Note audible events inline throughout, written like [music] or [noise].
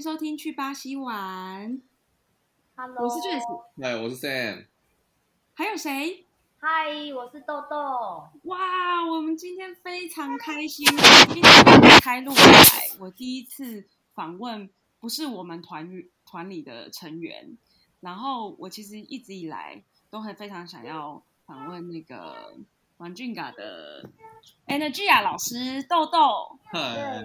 收听《去巴西玩》， Hello，我是 j e s 嗨，我是 Sam。还有谁？嗨，我是豆豆。哇，我们今天非常开心，今天开录以来，我第一次访问不是我们团员团里的成员，然后我其实一直以来都很非常想要访问那个王俊嘎的 Energia 老师豆豆。嗨，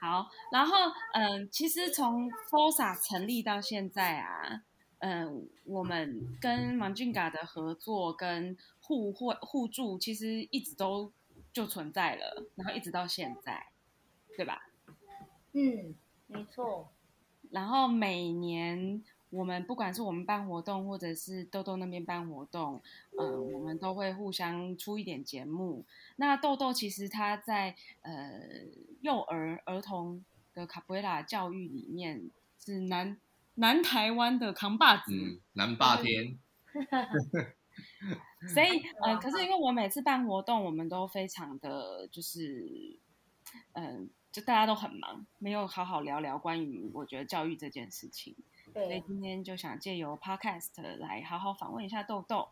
好，然后嗯，其实从 Forsa 成立到现在啊，嗯，我们跟 m a n g i n g a 的合作跟互惠互助，其实一直都就存在了，然后一直到现在，对吧？嗯，没错。然后每年我们不管是我们办活动，或者是豆豆那边办活动，呃，我们都会互相出一点节目。那豆豆其实他在呃幼儿儿童的卡布拉教育里面是南南台湾的扛把子，嗯，南霸天，所以哇呃，可是因为我每次办活动，我们都非常的就是，嗯、就大家都很忙，没有好好聊聊关于我觉得教育这件事情。所以对，今天就想借由 Podcast 来好好访问一下豆豆。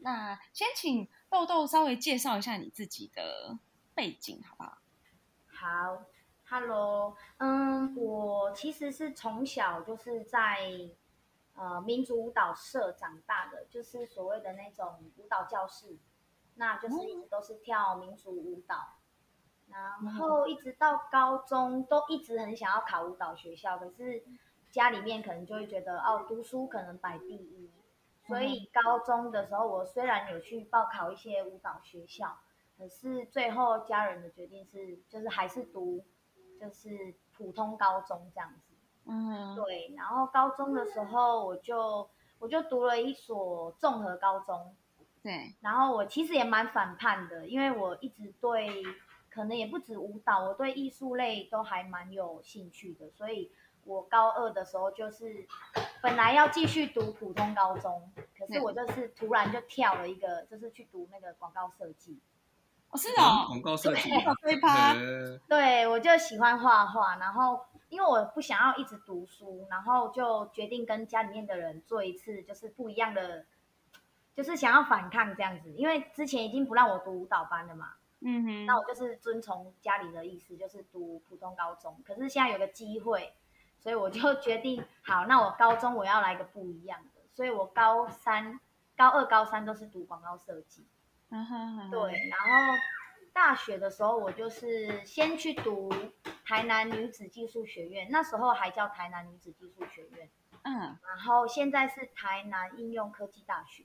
那先请豆豆稍微介绍一下你自己的背景，好不好？好，Hello，嗯，我其实是从小就是在呃民族舞蹈社长大的，就是所谓的那种舞蹈教室，那就是一哦直都是跳民族舞蹈，嗯然后一直到高中都一直很想要考舞蹈学校，可是家里面可能就会觉得哦，读书可能摆第一，所以高中的时候我虽然有去报考一些舞蹈学校。可是最后家人的决定是，就是还是读，就是普通高中这样子。嗯对，然后高中的时候我就我就读了一所综合高中，对，然后我其实也蛮反叛的，因为我一直对，可能也不止舞蹈，我对艺术类都还蛮有兴趣的，所以我高二的时候就是本来要继续读普通高中，可是我就是突然就跳了一个，就是去读那个广告设计。哦是嗯哦，广告设计，有飞趴，呃对，我就喜欢画画，然后因为我不想要一直读书，然后就决定跟家里面的人做一次就是不一样的，就是想要反抗这样子。因为之前已经不让我读舞蹈班了嘛，嗯那哼，我就是遵从家里的意思，就是读普通高中。可是现在有个机会，所以我就决定，好，那我高中我要来个不一样的，所以我高三、高二、高三都是读广告设计。嗯哼，对，然后大学的时候，我就是先去读台南女子技术学院，那时候还叫台南女子技术学院，嗯然后现在是台南应用科技大学，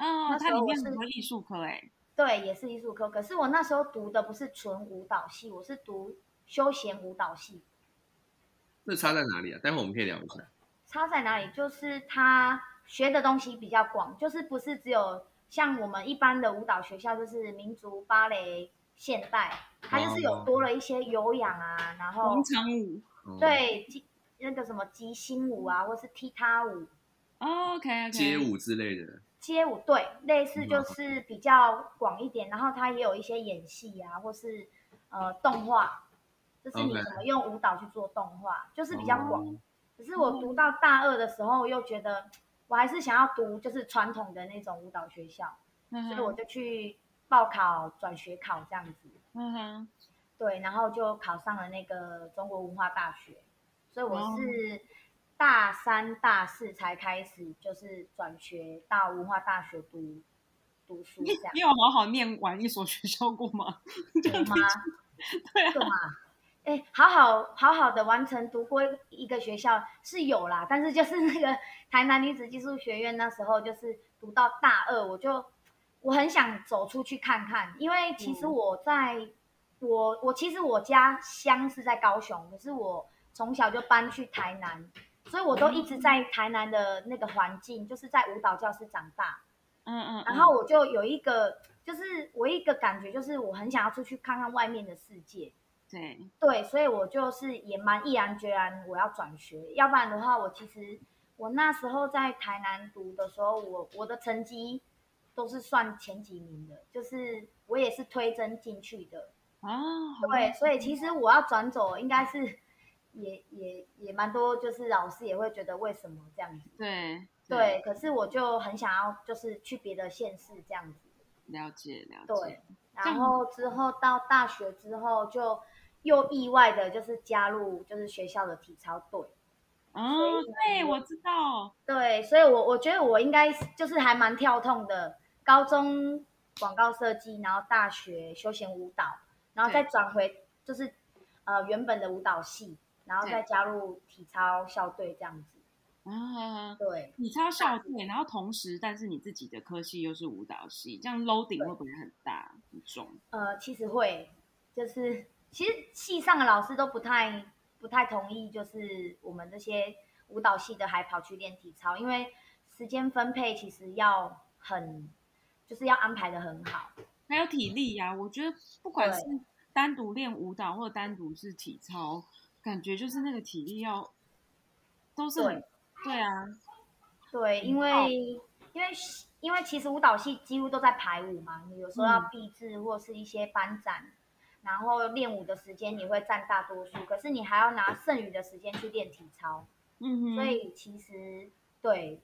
哦，那它时候里我面是很多艺术科哎，对，也是艺术科。可是我那时候读的不是纯舞蹈系，我是读休闲舞蹈系。这差在哪里啊？待会我们可以聊一下。差在哪里？就是他学的东西比较广，就是不是只有像我们一般的舞蹈学校，就是民族芭蕾、现代，它就是有哦多了一些有氧啊，然后广场舞嗯，对，即那个什么即兴舞啊，或是踢踏舞、 ，OK OK，街，舞之类的，街舞，对，类似嗯就是比较广一点。然后它也有一些演戏啊，或是呃动画，就是你 OK 怎么用舞蹈去做动画，就是比较广哦。可是我读到大二的时候，又觉得我还是想要读就是传统的那种舞蹈学校，嗯所以我哼，就去报考转学考这样子。嗯哼，对，然后就考上了那个中国文化大学，所以我是大三、大四才开始就是转学到文化大学读读书你这样你有好好念完一所学校过吗？这样 [laughs] 有听吗起？ [laughs] 对啊，对吗？哎，好好好好的完成读过一个学校是有啦，但是就是那个台南女子技术学院那时候就是读到大二，我就我很想走出去看看，因为其实嗯我在、我我其实我家乡是在高雄，可是我从小就搬去台南，所以我嗯都一直在台南的那个环境，就是在舞蹈教室长大。嗯嗯，嗯然后我就有一个，就是我一个感觉就是我很想要出去看看外面的世界。对，对，所以我就是也蛮毅然决然，我要转学。要不然的话，我其实我那时候在台南读的时候，我我的成绩都是算前几名的，就是我也是推甄进去的。啊，好对，所以其实我要转走应该是也也也蛮多，就是老师也会觉得为什么这样子。对对，可是我就很想要，就是去别的县市这样子。了解了解对，，然后之后到大学之后，就又意外的就是加入就是学校的体操队。嗯，对，我知道，对，所以我我觉得我应该就是还蛮跳痛的，高中广告设计，然后大学休闲舞蹈，然后再转回就是呃原本的舞蹈系，然后对再加入体操校队这样子。啊，对，你超校队，然后同时但是你自己的科系又是舞蹈系，这样 loading 会不会很大很重？呃，其实会就是其实系上的老师都不太不太同意，就是我们这些舞蹈系的还跑去练体操，因为时间分配其实要很就是要安排的很好。还有体力呀、我觉得不管嗯对是单独练舞蹈或者单独是体操，感觉就是那个体力要都是很对啊，对，因好为因为因为其实舞蹈系几乎都在排舞嘛，你有时候要嗯闭制或是一些班展，然后练舞的时间你会占大多数，可是你还要拿剩余的时间去练体操，嗯哼，所以其实对，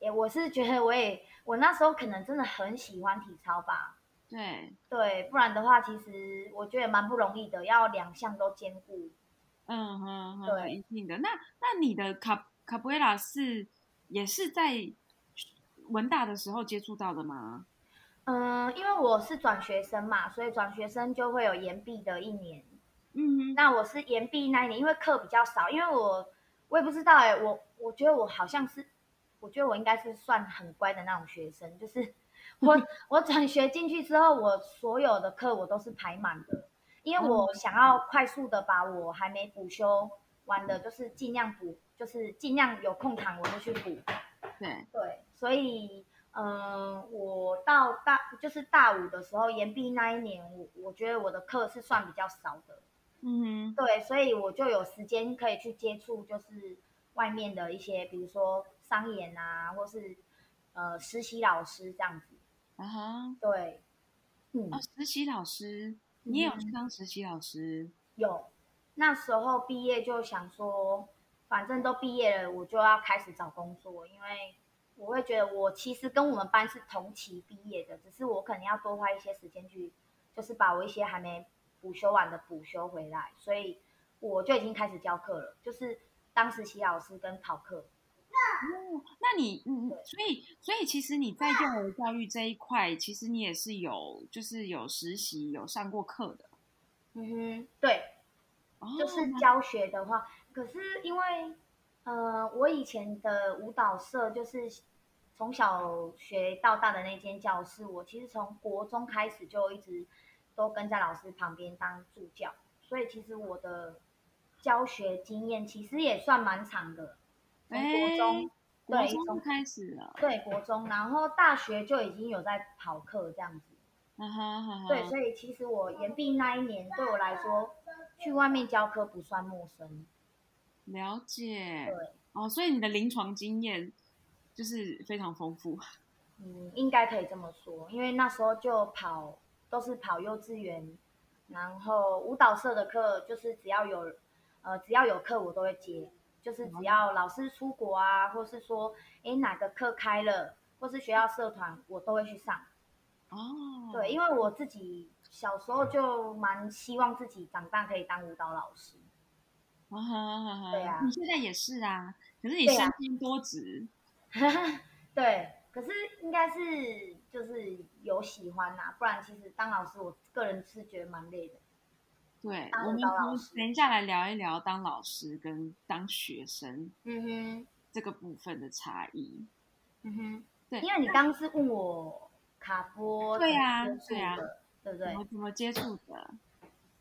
也我是觉得我也我那时候可能真的很喜欢体操吧，对，对，不然的话其实我觉得也蛮不容易的，要两项都兼顾。嗯哼哼，对一定的。那那你的卡卡布埃拉是也是在文大的时候接触到的吗？嗯，因为我是转学生嘛，所以转学生就会有延毕的一年。嗯哼，那我是延毕那一年，因为课比较少，因为我我也不知道哎、我我觉得我好像是，我觉得我应该是算很乖的那种学生，就是 [laughs] 我我转学进去之后，我所有的课我都是排满的，因为我想要快速的把我还没补修完的，就是尽量补，就是尽量有空堂我就去补，对，对，所以嗯，我到大就是大五的时候延毕那一年，我我觉得我的课是算比较少的。嗯哼，对，所以我就有时间可以去接触，就是外面的一些，比如说商演啊，或是呃实习老师这样子。啊哈，对，嗯，哦，实习老师，你也有嗯去当实习老师？有。那时候毕业就想说，反正都毕业了，我就要开始找工作，因为我会觉得我其实跟我们班是同期毕业的，只是我可能要多花一些时间去，就是把我一些还没补修完的补修回来，所以我就已经开始教课了，就是当实习老师跟考课。那你，嗯，所以，所以其实你在幼儿教育这一块，其实你也是有，就是有实习，有上过课的，嗯哼，对，哦，就是教学的话，可是因为呃，我以前的舞蹈社就是从小学到大的那间教室，我其实从国中开始就一直都跟在老师旁边当助教，所以其实我的教学经验其实也算蛮长的，从国中、国对中就从开始了，对国中，然后大学就已经有在跑课这样子。啊哈哈哈，对，所以其实我延毕那一年对我来说，去外面教课不算陌生。了解，对，哦，所以你的临床经验就是非常丰富，嗯，应该可以这么说，因为那时候就跑都是跑幼稚园，然后舞蹈社的课就是只要有呃只要有课我都会接，就是只要老师出国啊，或是说诶哪个课开了，或是学校社团我都会去上。哦，对，，因为我自己小时候就蛮希望自己长大可以当舞蹈老师。 [laughs] 啊哈哈哈，对啊你现在也是啊，可是你对身啊兼多职，对，可是应该是就是有喜欢呐、不然其实当老师，我个人是觉得蛮累的。对，当我们舞蹈老从师等一下来聊一聊当老师跟当学生嗯哼，这个部分的差异，嗯哼，对因为你刚刚是问我卡波对怎么啊接触对啊的，对不怎对么？怎么接触 [coughs] 的？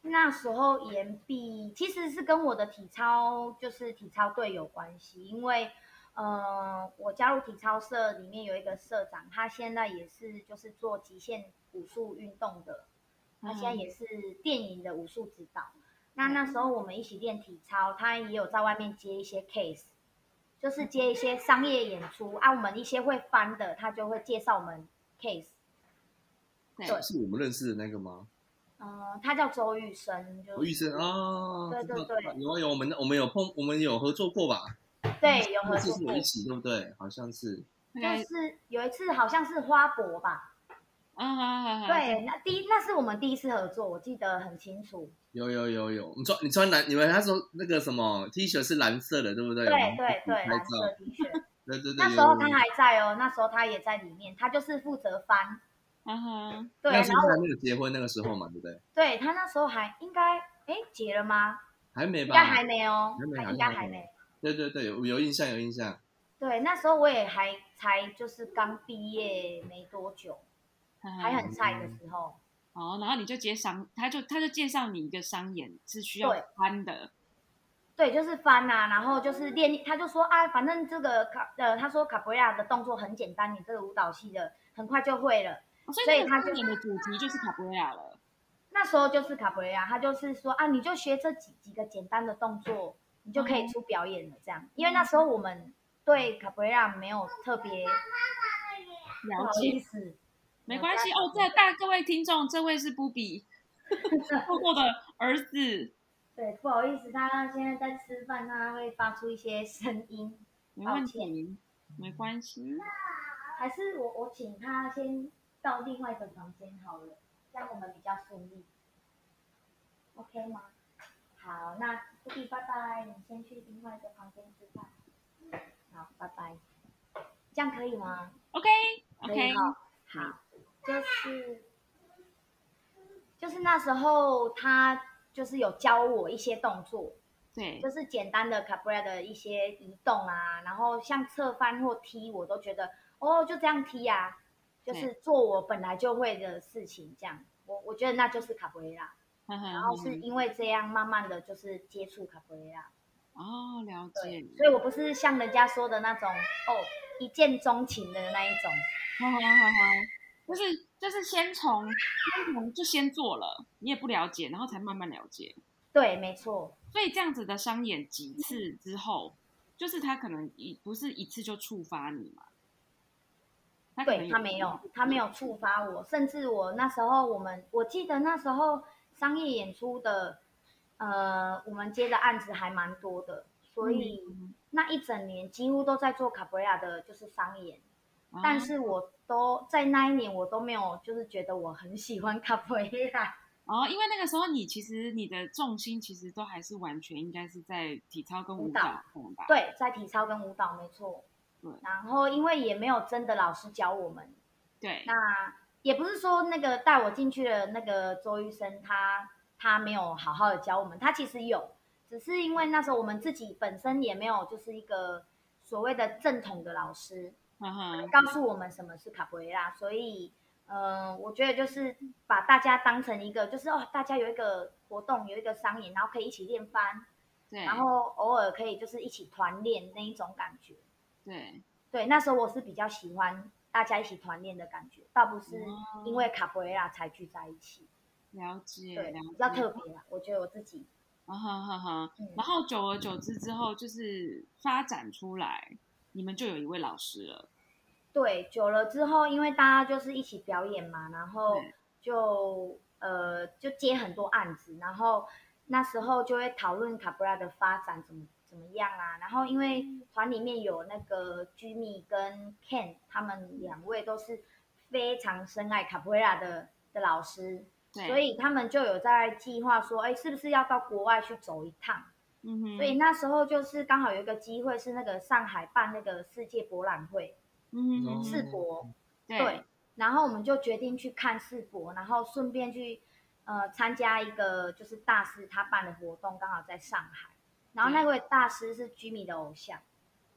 那时候岩壁其实是跟我的体操就是体操队有关系，因为呃，我加入体操社里面有一个社长，他现在也是就是做极限武术运动的，他现在嗯也是电影的武术指导。那那时候我们一起练体操，他也有在外面接一些 case，就是接一些商业演出啊，我们一些会翻的，他就会介绍我们 case。对对是我们认识的那个吗？嗯，他叫周玉生，就我玉生哦，对对对有啊有，我们我们有碰，我们有合作过吧？对，有合这作是过我一，起对不对？好像是，大概就是有一次好像是花博吧，啊哈哈哈，对，那第一那是我们第一次合作，我记得很清楚，有有有有，你穿你穿蓝，你们那时候那个什么 T 恤是蓝色的，对不对？对我们对一起对，拍蓝色照，的 [laughs] 确，对对对。那时有候有他有还在哦，那时候他也在里面，他就是负责翻，啊哈，对，那然是他后还没有结婚那个时候嘛，对不对？对他那时候还应该哎结了吗？还没应吧？该还没哦啊还，没他还应没该还还没没。对对对，有有印象有印象。对，那时候我也还才就是刚毕业没多久，还还很菜的时候。哦，嗯然后你就接商，他就他就介绍你一个商演是需要对翻的，对，就是翻啊，然后就是练，他就说啊，反正这个卡呃，他说卡布瑞亚的动作很简单，你这个舞蹈系的很快就会了。哦所以所以那个他商就演的主题就是卡布瑞亚了。那时候就是卡布瑞亚，他就是说啊，你就学这几几个简单的动作，你就哦可以出表演了这样。因为那时候我们对卡布瑞亚没有特别不了好解，意思，没关系哦。这大各位听众，这位是布比，布布的儿子，对，不好意思，他现在在吃饭，他会发出一些声音。没问题，没关嗯系。还是我我请他先到另外一个房间好了，这样我们比较顺利，OK 吗？好，那布比拜拜，你先去另外一个房间吃饭。好，拜拜，这样可以吗？ OK 可以 OK，哈，好，就是就是那时候他就是有教我一些动作，对，就是简单的 Cabra 的一些移动啊，然后像侧翻或踢，我都觉得哦，就这样踢啊，就是做我本来就会的事情，这样。我我觉得那就是卡布雷拉，然然后是因为这样慢慢的就是接触卡布雷拉，哦，了对解，，所以我不是像人家说的那种哦一见钟情的那一种，好好好好，就是就是先从先从就先做了，你也不了解，然后才慢慢了解。对，没错，所以这样子的商演几次之后，就是他可能一不是一次就触发你嘛？他可能嗯对他没有，他没有触发我，甚至我那时候我们，我记得那时候商业演出的，呃，我们接的案子还蛮多的，所以嗯那一整年几乎都在做卡布瑞亚的，就是商演，啊但是我都在那一年我都没有，就是觉得我很喜欢卡布瑞亚，哦，因为那个时候你其实你的重心其实都还是完全应该是在体操跟舞舞蹈蹈上吧？对，在体操跟舞蹈没错对，然后因为也没有真的老师教我们，对那也不是说那个带我进去的那个周医生他他没有好好的教我们，他其实有，只是因为那时候我们自己本身也没有就是一个所谓的正统的老师嗯哼，告诉我们什么是卡布瑞拉，所以。嗯，我觉得就是把大家当成一个，就是哦，大家有一个活动，有一个商演，然后可以一起练翻，对，然后偶尔可以就是一起团练那一种感觉。对，对，那时候我是比较喜欢大家一起团练的感觉，倒不是哦因为卡布瑞拉才聚在一起。了解，对，嗯了解比较特别啦，我觉得我自己。啊哈哈哈。嗯，然后久而久之之后，就是发展出来，你们就有一位老师了。对，久了之后，因为大家就是一起表演嘛，然后对就呃就接很多案子，然后那时候就会讨论卡布拉的发展怎么怎么样啊。然后因为嗯团里面有那个 Jimmy 跟 Ken，他们两位都是非常深爱卡布拉的的老师，对，所以他们就有在计划说，哎，是不是要到国外去走一趟？嗯哼，所以那时候就是刚好有一个机会是那个上海办那个世界博览会嗯哼，世是，博，对，然后我们就决定去看世博，然后顺便去呃参加一个就是大师他办的活动，刚好在上海。然后那位大师是 Jimmy 的偶像，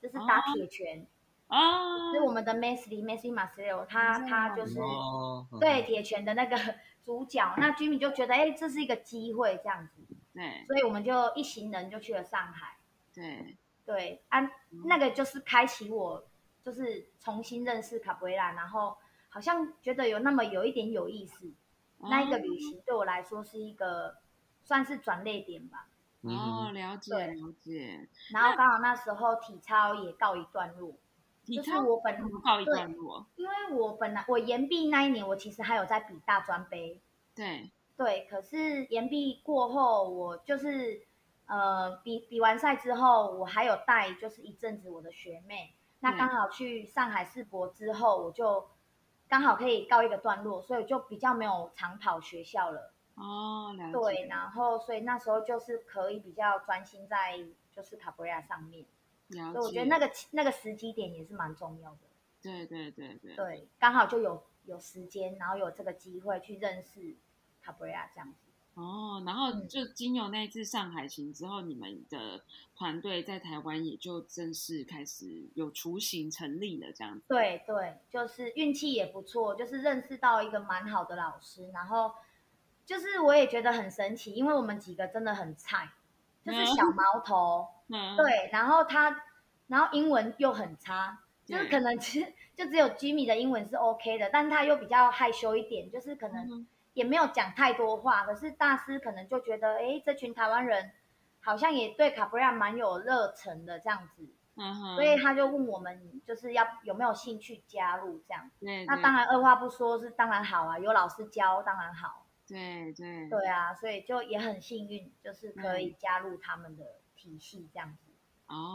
就是打铁拳，啊，就是我们的 Messi Messi Marcelo，他嗯他就是哦，对铁拳的那个 [laughs] 主角。那 Jimmy 就觉得哎这是一个机会这样子，对所以我们就一行人就去了上海。对，对啊，那个就是开启我就是重新认识卡布瑞拉，然后好像觉得有那么有一点有意思。那一个哦旅行对我来说是一个算是转捩点吧。嗯哦，了解对了解，然后刚好那时候体操也告一段落，体就是操我本不告一段落，因为我本来我延毕那一年，我其实还有在比大专杯，对，对，可是延毕过后，我就是呃比比完赛之后，我还有带就是一阵子我的学妹，那嗯刚好去上海世博之后，我就刚好可以告一个段落，所以就比较没有长跑学校了。哦，了解。对，然后所以那时候就是可以比较专心在就是卡布瑞亚上面，了解。所以我觉得那个那个时机点也是蛮重要的。对对对对，对，刚好就有有时间，然后有这个机会去认识卡布瑞亚这样子。哦，然后嗯就经由那一次上海行之后，你们的团队在台湾也就正式开始有雏形成立了，这样子。对对，就是运气也不错，就是认识到一个蛮好的老师，然后就是我也觉得很神奇，因为我们几个真的很菜，就是嗯小毛 [laughs] 头，嗯，对，然后他，然后英文又很差，就是对可能只就只有 Jimmy 的英文是 OK 的，但他又比较害羞一点，就是可能嗯也没有讲太多话，可是大师可能就觉得，哎，这群台湾人好像也对卡布拉蛮有热忱的这样子，嗯哼，所以他就问我们就是要有没有兴趣加入这样，对，那对当然二话不说是当然好啊，有老师教当然好，对对对啊，所以就也很幸运，就是可嗯以加入他们的体系这样子。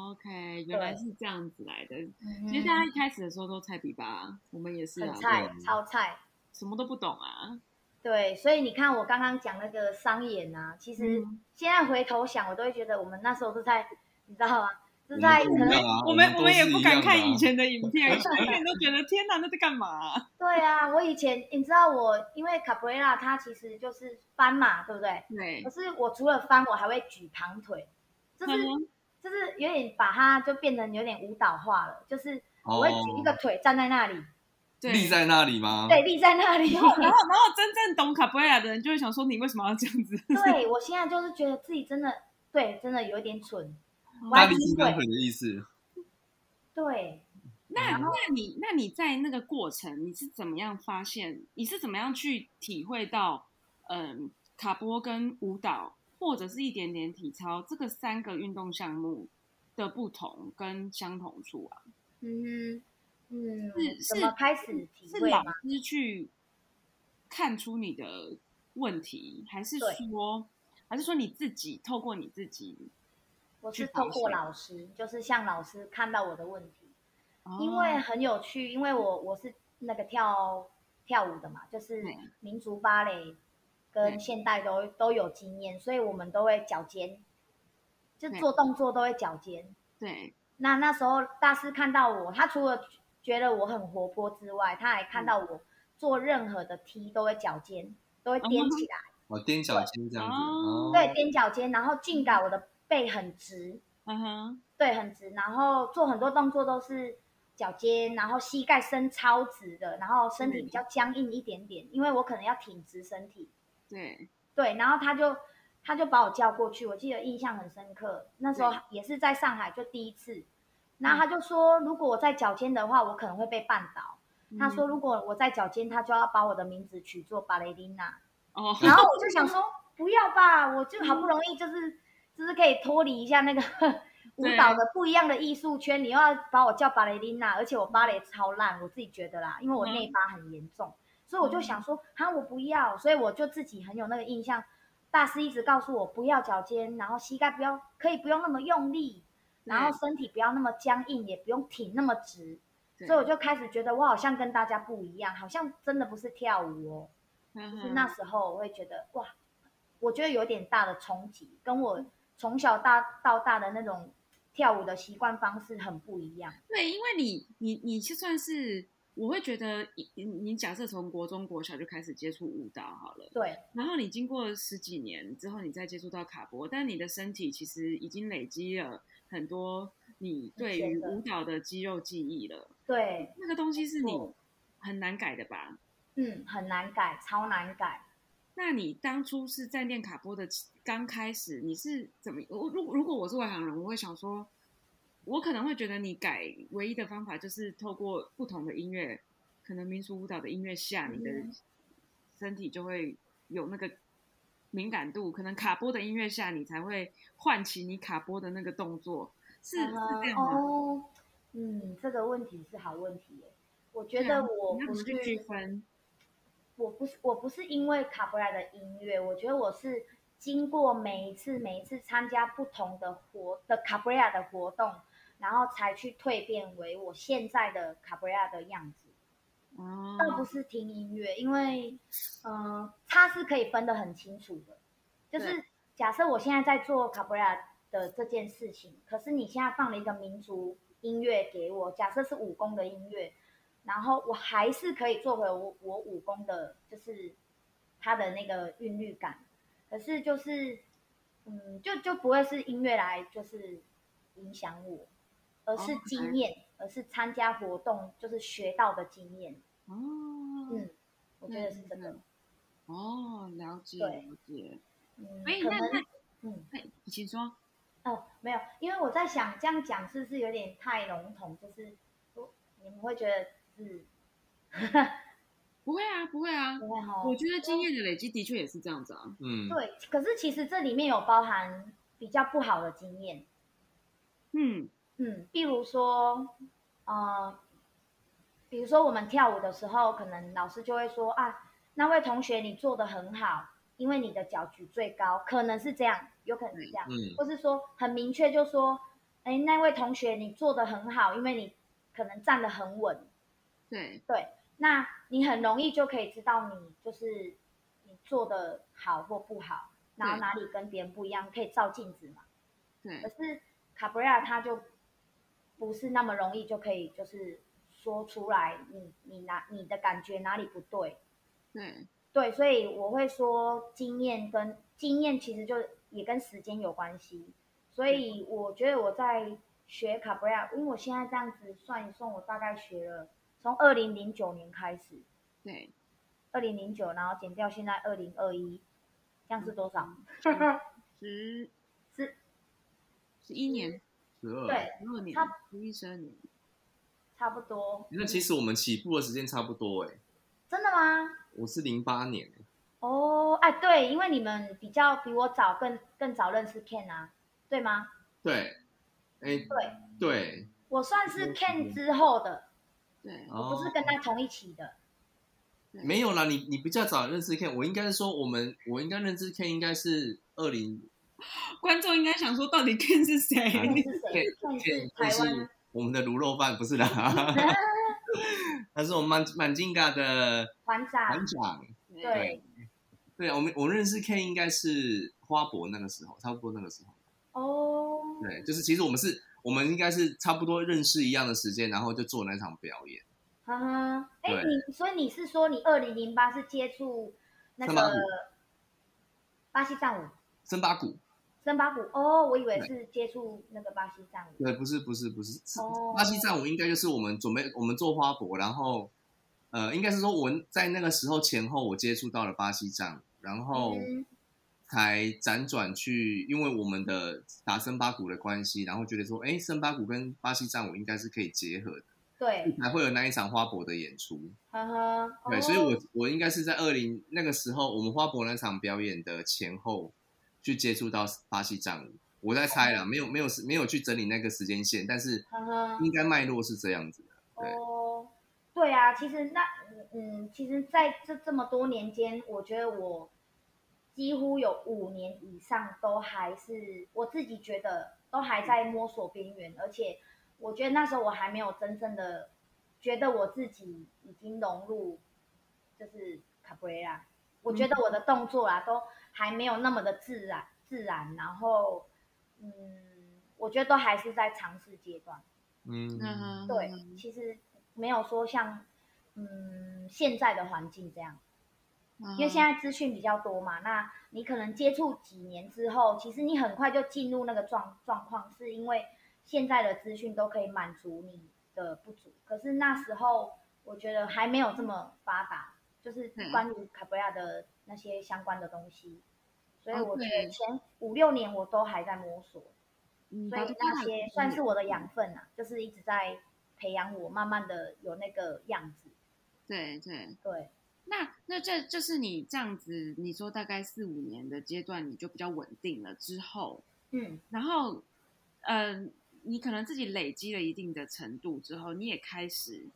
，OK，原来对是这样子来的。嗯其实大家一开始的时候都菜比吧，我们也是啊很，菜对，超菜。什么都不懂啊。对，所以你看我刚刚讲那个商演啊，其实嗯现在回头想，我都会觉得我们那时候是在，你知道吗？我是们在都可一能样啊，我们我我们也都是不一敢样的看啊以前的影 [laughs] 片，以前的影片都觉得天哪，那在干嘛啊？对啊，我以前你知道我，因为卡布瑞拉它其实就是翻嘛，对不对？对可，是我除了翻，我还会举旁腿，呃就是嗯就是有点把它就变成有点舞蹈化了，就是我会举一个哦腿站在那里，对。立在那里哦吗？对，立在 [laughs] 那里。然后，然后，然后真正懂卡布瑞亚的人就会想说，你为什么要这样 [laughs] 子？对我现在就是觉得自己真的对，真的有点蠢，大歪力劈金刚腿腿，的意思。对。那嗯那你那你在那个过程，你是怎么样发现？你是怎么样去体会到，嗯，卡波跟舞蹈或者是一点点体操这个三个运动项目的不同跟相同处啊？嗯哼，嗯，是怎是么开始体是会老吗？师去看出你的问题，还是对说，还是说你自己透过你自己？我去是透发过现老师，就是向老师看到我的问题，因哦为很有趣，因为我我是那个跳跳舞的嘛，就是对民族芭蕾对跟现代都都有经验，所以我们都会脚尖，就对做动作都会脚尖。对那那时候大师看到我，他除了觉得我很活泼之外，他还嗯看到我做任何的踢都会脚尖，都会嗯踮哼起来。哦，踮脚尖这样子。哦哦，对，踮脚尖，然后进感我的背很直，嗯哼，对，很直，然后做很多动作都是脚尖，然后膝盖伸超直的，然后身体比嗯较僵硬一点点，因为我可能要挺直身体。对对，然后他就他就把我叫过去，我记得印象很深刻，那时候对嗯也是在上海，就第一次。然后他就说，如果我在脚尖的话，我可能会被绊倒。他说，嗯如果我在脚尖，他就要把我的名字取作巴雷琳娜。哦，然后我就想说， [laughs] 嗯不要吧，我就好不容易就是就是可以脱离一下 [laughs] 那个舞蹈的不一样的艺术圈，你又要把我叫芭蕾琳娜，而且我芭蕾超烂，我自己觉得啦，因为我内八很严重，所以我就想说，啊，我不要，所以我就自己很有那个印象，大师一直告诉我不要脚尖，然后膝盖不要可以不用那么用力，然后身体不要那么僵硬，也不用挺那么直。对所以我就开始觉得我好像跟大家不一样，好像真的不是跳舞哦，嗯就是哼那时候我会觉得哇，我觉得有点大的冲击，跟我从小大到大的那种跳舞的习惯方式很不一样。对，因为你你你就算是，我会觉得你你你假设从国中国小就开始接触舞蹈好了，对然后你经过十几年之后，你再接触到卡波，但你的身体其实已经累积了很多你对于以前的舞蹈的肌肉记忆了，对，那个东西是你错很难改的吧？嗯，很难改，超难改。那你当初是在练卡波的刚开始，你是怎么？我如如果我是外行人，我会想说，我可能会觉得你改唯一的方法就是透过不同的音乐，可能民族舞蹈的音乐下，你的嗯身体就会有那个敏感度，可能卡波的音乐下，你才会唤起你卡波的那个动作，是是这嗯样吗？哦，嗯，这个问题是好问题耶。我觉对啊得我你要不怎么去区是分？我不是我不是因为卡布莱的音乐，我觉得我是经过每一次每一次参加不同的活的卡布莱的活动，然后才去蜕变为我现在的卡布莱的样子。哦，倒不是听音乐，因为，嗯，它是可以分得很清楚的。就是假设我现在在做卡布拉的这件事情，可是你现在放了一个民族音乐给我，假设是武功的音乐，然后我还是可以做回我我武功的，就是它的那个韵律感。可是就是，嗯，就就不会是音乐来就是影响我，而是哦经验，而是参加活动就是学到的经验。哦，嗯，我觉得是这个嗯。哦，了解对了解。嗯，所以可那那能，嗯，哎，请说。哦，没有，因为我在想这样讲是不是有点太笼统，就是我你们会觉得是不会啊，不会啊。不会哈？我觉得经验的累积的确也是这样子啊。嗯，对，可是其实这里面有包含比较不好的经验，嗯，嗯，比如说，呃，比如说我们跳舞的时候，可能老师就会说啊，那位同学你做的很好，因为你的脚举最高，可能是这样，有可能是这样，嗯或是说很明确就说，哎，那位同学你做的很好，因为你可能站得很稳，对，那你很容易就可以知道你就是你做的好或不好，然后对哪里跟别人不一样，可以照镜子嘛。可对，是卡布拉他就不是那么容易就可以就是说出来你你哪你的感觉哪里不对，对，对，所以我会说经验跟经验其实就也跟时间有关系，所以我觉得我在学卡布拉，因为我现在这样子算一算，我大概学了从二零零九年开始，对，二零零九然后减掉现在二零二一，这样是多少？十是十一年，十二。对十二年差，十一十二年。差不多。那其实我们起步的时间差不多哎，真的吗？我是零八年欸，哦，哎，对，因为你们比较比我早更更早认识 Ken 啊，对吗？对，哎，对，对，我算是 Ken 之后的，对，哦我不是跟他同一起的。对没有啦，你你比较早认识 Ken，我应该是说我们我应该认识 Ken 应该是二零观众应该想说，到底 Ken 是我谁？是谁 Ken- ？Ken 是 Ken 台湾是我们的卤肉饭 [laughs] 不是啦，他是我们满满金嘎的团长团，长，对。对，我们我认识 Ken 应该是花博那个时候，差不多那个时候，哦，对，就是其实我们是我们应该是差不多认识一样的时间，然后就做那场表演。哈哈，哎，对你所以你是说你二零零八是接触那森巴个舞巴西战舞、森巴鼓，森巴舞？哦，我以为是接触那个巴西战舞。对，不是不是不是，是哦巴西战舞应该就是我们准备我们做花博，然后呃，应该是说我在那个时候前后我接触到了巴西战舞，然后嗯才辗转去，因为我们的打森巴鼓的关系，然后觉得说，哎，森巴鼓跟巴西战舞应该是可以结合的，对，才会有那一场花博的演出。呵呵。对，哦所以我我应该是在二零那个时候，我们花博那场表演的前后去接触到巴西战舞。我在猜啦，没有没有没有去整理那个时间线，但是呵呵。应该脉络是这样子的。对哦，对啊，其实那嗯，其实在这这么多年间，我觉得我几乎有五年以上都还是我自己觉得都还在摸索边缘，而且我觉得那时候我还没有真正的觉得我自己已经融入，就是卡布雷拉，我觉得我的动作啊都还没有那么的自然自然，然后嗯，我觉得都还是在尝试阶段。[laughs] 嗯嗯，对，其实没有说像嗯现在的环境这样，嗯，因为现在资讯比较多嘛，那你可能接触几年之后，其实你很快就进入那个状状况，是因为现在的资讯都可以满足你的不足。可是那时候我觉得还没有这么发达，就是嗯关于卡布亚的那些相关的东西，所以哦我觉对得前五六年我都还在摸索。嗯所以那些算是我的养分啊，就是一直在培养我，慢慢的有那个样子。对对。对，那那这就是你这样子，你说大概四五年的阶段，你就比较稳定了之后，嗯，然后，呃嗯、你可能自己累积了一定的程度之后，你也开始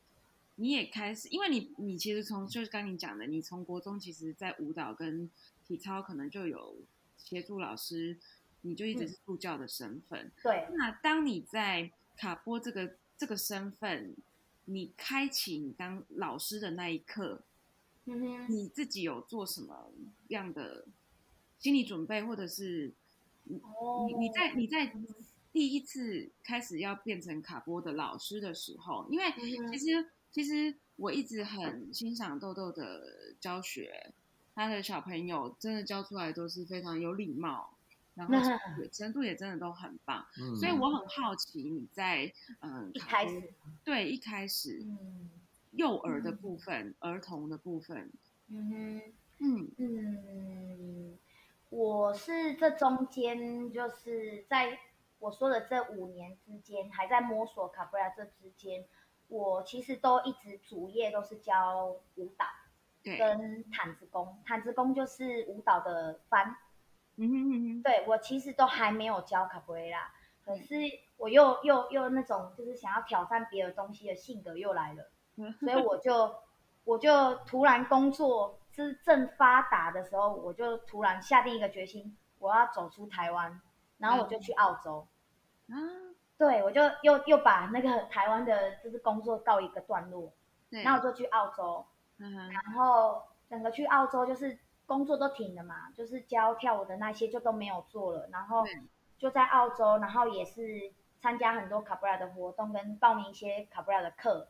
你也开始，因为你你其实从就是刚你讲的，你从国中其实，在舞蹈跟体操可能就有协助老师，你就一直是助教的身份。对，那当你在卡波这个这个身份，你开启你当老师的那一刻，嗯哼，你自己有做什么样的心理准备，或者是哦，你你在你在第一次开始要变成卡波的老师的时候，因为嗯其哼，实其实我一直很欣赏豆豆的教学，他的小朋友真的教出来都是非常有礼貌，然后 [laughs] 程度也真的都很棒，嗯，所以我很好奇你在嗯一卡开波始，对一开始嗯幼儿的部分、儿童的部分，嗯哼。嗯嗯，我是这中间就是在我说的这五年之间，还在摸索卡布拉这之间，我其实都一直主业都是教舞蹈对，跟毯子功，毯子功就是舞蹈的翻。嗯哼嗯哼对我其实都还没有教卡布瑞拉，可是我又又又那种就是想要挑战别的东西的性格又来了。嗯所以我就我就突然工作是正发达的时候，我就突然下定一个决心，我要走出台湾，然后我就去澳洲。啊，对，我就又又把那个台湾的就是工作告一个段落，对，然后我就去澳洲，嗯哼然后整个去澳洲就是工作都停了嘛，就是教跳舞的那些就都没有做了，然后对就在澳洲，然后也是参加很多卡布拉的活动跟报名一些卡布拉的课，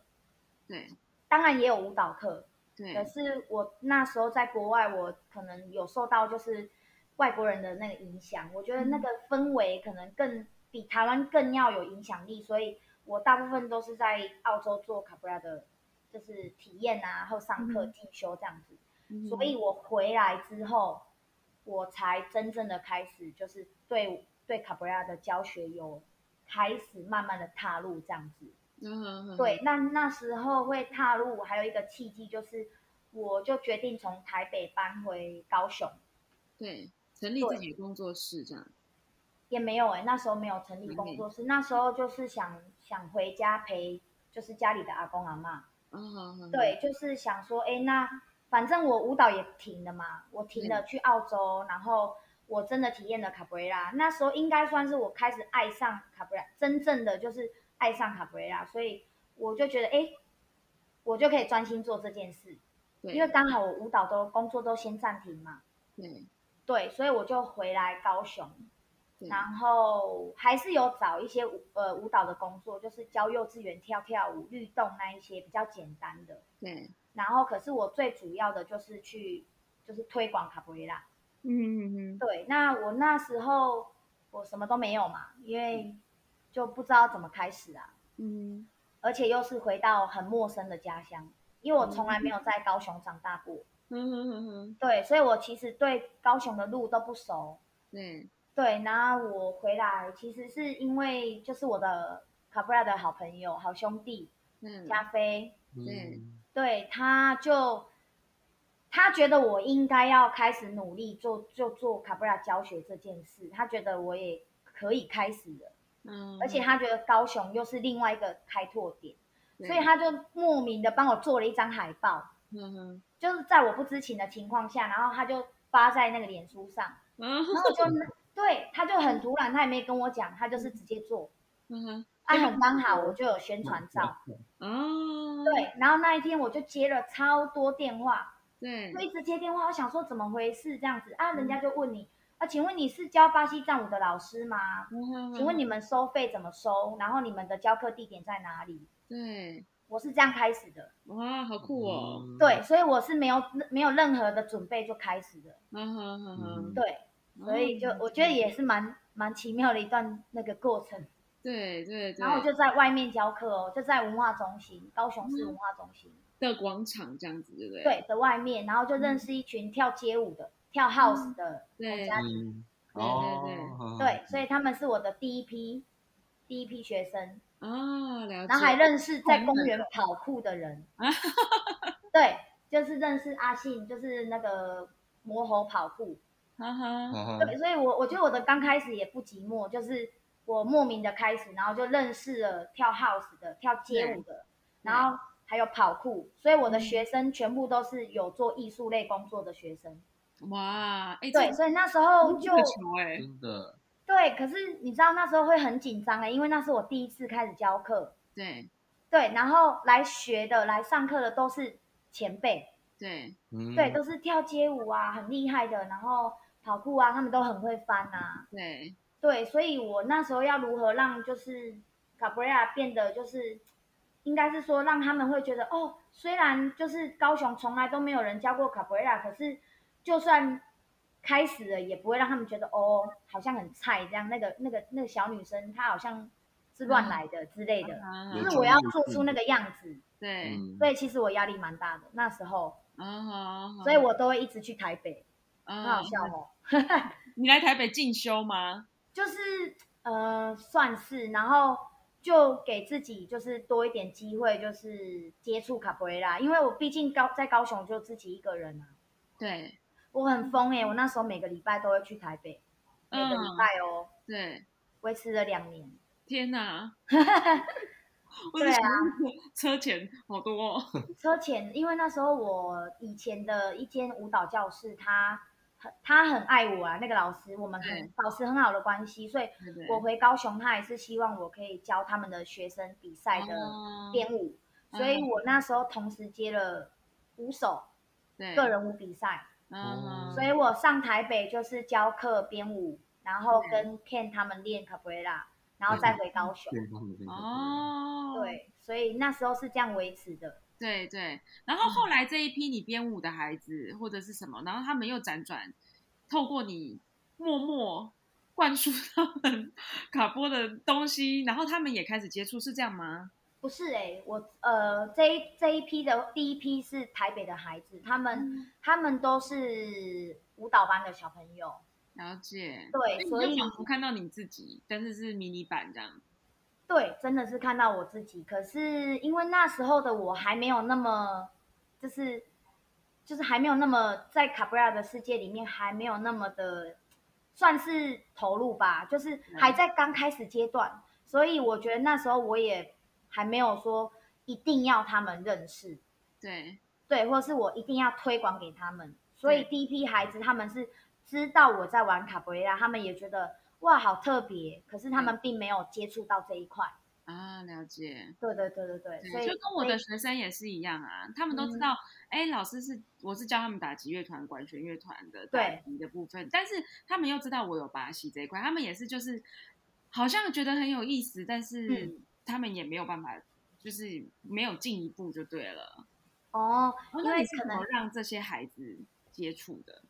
对当然也有舞蹈课，可对是我那时候在国外，我可能有受到就是外国人的那个影响，我觉得嗯那个氛围可能更比台湾更要有影响力，所以我大部分都是在澳洲做卡布拉的，就是体验啊，或上课嗯进修这样子。嗯所以我回来之后，我才真正的开始就是对对卡布拉的教学有开始慢慢的踏入这样子。嗯哼嗯对，那那时候会踏入，还有一个契机就是，我就决定从台北搬回高雄，对，成立自己的工作室这样，也没有哎、那时候没有成立工作室，那时候就是想想回家陪，就是家里的阿公阿妈。嗯哼哼，对，就是想说，哎，那反正我舞蹈也停了嘛，我停了去澳洲，然后我真的体验了卡布瑞拉，那时候应该算是我开始爱上卡布瑞拉，真正的就是爱上卡布瑞拉，所以我就觉得，哎，我就可以专心做这件事，对，因为刚好我舞蹈都工作都先暂停嘛，对对，所以我就回来高雄，对然后还是有找一些舞呃舞蹈的工作，就是教幼稚园跳跳舞、律动那一些比较简单的。对，然后可是我最主要的就是去就是推广卡布里拉。嗯嗯嗯，对，那我那时候我什么都没有嘛，因为就不知道怎么开始啊，嗯而且又是回到很陌生的家乡，因为我从来没有在高雄长大过，哼哼哼哼，对，所以我其实对高雄的路都不熟。对对，然后我回来其实是因为就是我的卡布拉的好朋友、好兄弟嗯对加菲，对嗯对，他就他觉得我应该要开始努力做，就做卡布拉教学这件事。他觉得我也可以开始了，嗯，而且他觉得高雄又是另外一个开拓点，对，所以他就莫名的帮我做了一张海报，嗯哼，就是在我不知情的情况下，然后他就发在那个脸书上，嗯然后我就对他就很突然，他也没跟我讲，他就是直接做。哼，啊，很刚好我就有宣传照，哦，对，然后那一天我就接了超多电话，对就一直接电话，我想说怎么回事这样子啊，人家就问你啊，请问你是教巴西战舞的老师嗯吗？请问你你们收费怎么收？然后你们的教课地点在哪里？对，我是这样开始的，哇，好酷哦，，嗯对，所以我是没有没有任何的准备就开始的，嗯哦哼哼哼，对，所以就我觉得也是蛮蛮奇妙的一段那个过程。对对对，然后我就在外面教课哦，就在文化中心，高雄市文化中心，的广场这样子，嗯对不对？嗯对的外面，然后就认识一群跳街舞的、跳 house 的对家庭。嗯，对对对哦，对，所以他们是我的第一批第一批学生，啊，了解，然后还认识在公园跑酷的人。哦对，就是认识阿信，就是那个魔猴跑酷。哈哈，哈哈对，所以我我觉得我的刚开始也不寂寞，就是我莫名的开始，然后就认识了跳 house 的、跳街舞的，对然后还有跑酷，所以我嗯的学生全部都是有做艺术类工作的学生。哇，哎、对，所以那时候就这个球哎、真的，对，可是你知道那时候会很紧张哎、因为那是我第一次开始教课，对对，然后来学的、来上课的都是前辈，对，嗯，对，都是跳街舞啊，很厉害的，然后跑酷啊，他们都很会翻啊，对，对，所以我那时候要如何让就是 Cabrera 变得就是，应该是说让他们会觉得哦，虽然就是高雄从来都没有人教过 Cabrera，可是就算开始了，也不会让他们觉得哦，好像很菜这样。那个那个那个小女生她好像是乱来的之类的，啊嗯就是我要做出那个样子。对，嗯，所以其实我压力蛮大的那时候，啊好，好嗯所以我都会一直去台北，很啊好笑哦。你来台北进修吗？就是呃，算是，然后就给自己就是多一点机会，就是接触卡布瑞拉，因为我毕竟高在高雄就自己一个人啊，对，我很疯哎、我那时候每个礼拜都会去台北，每个礼嗯拜哦，对，维持了两年。天 [laughs] 哪！我对只想啊到车钱好多、哦，车前，因为那时候我以前的一间舞蹈教室，他很他很爱我啊，那个老师，我们很保持很好的关系，所以对对我回高雄，他也是希望我可以教他们的学生比赛的哦编舞，所以我那时候同时接了舞手对个人舞比赛，啊，所以我上台北就是教课编舞，然后跟 Ken 他们练 Cabrera，然后再回高雄。对嗯帮你那个哦，对，所以那时候是这样维持的。对对，然嗯后后来这一批你编舞的孩子或者是什么，然后他们又辗转透过你默默灌输他们卡波的东西，然后他们也开始接触，是这样吗？不是哎、我呃这一这一批的第一批是台北的孩子，他嗯们、他们都是舞蹈班的小朋友，了解。对，你所就以仿佛看到你自己，但是是迷你版这样。对，真的是看到我自己。可是因为那时候的我还没有那么，就是就是还没有那么在卡布拉的世界里面还没有那么的算是投入吧，就是还在刚开始阶段，所以我觉得那时候我也还没有说一定要他们认识，对对，或是我一定要推广给他们。所以对第一批孩子他们是知道我在玩卡布拉，他们也觉得哇好特别，可是他们并没有接触到这一块。啊，了解。对对对对对，对所以就跟我所以嗯的学生也是一样啊，他们都知道，哎、老师是我是教他们打击乐团、管弦乐团的打对击的部分，但是他们又知道我有巴西这一块，他们也是就是好像觉得很有意思，但是嗯他们也没有办法，就是没有进一步就对了。哦，哦因那你为是可怎么能让这些孩子接触的？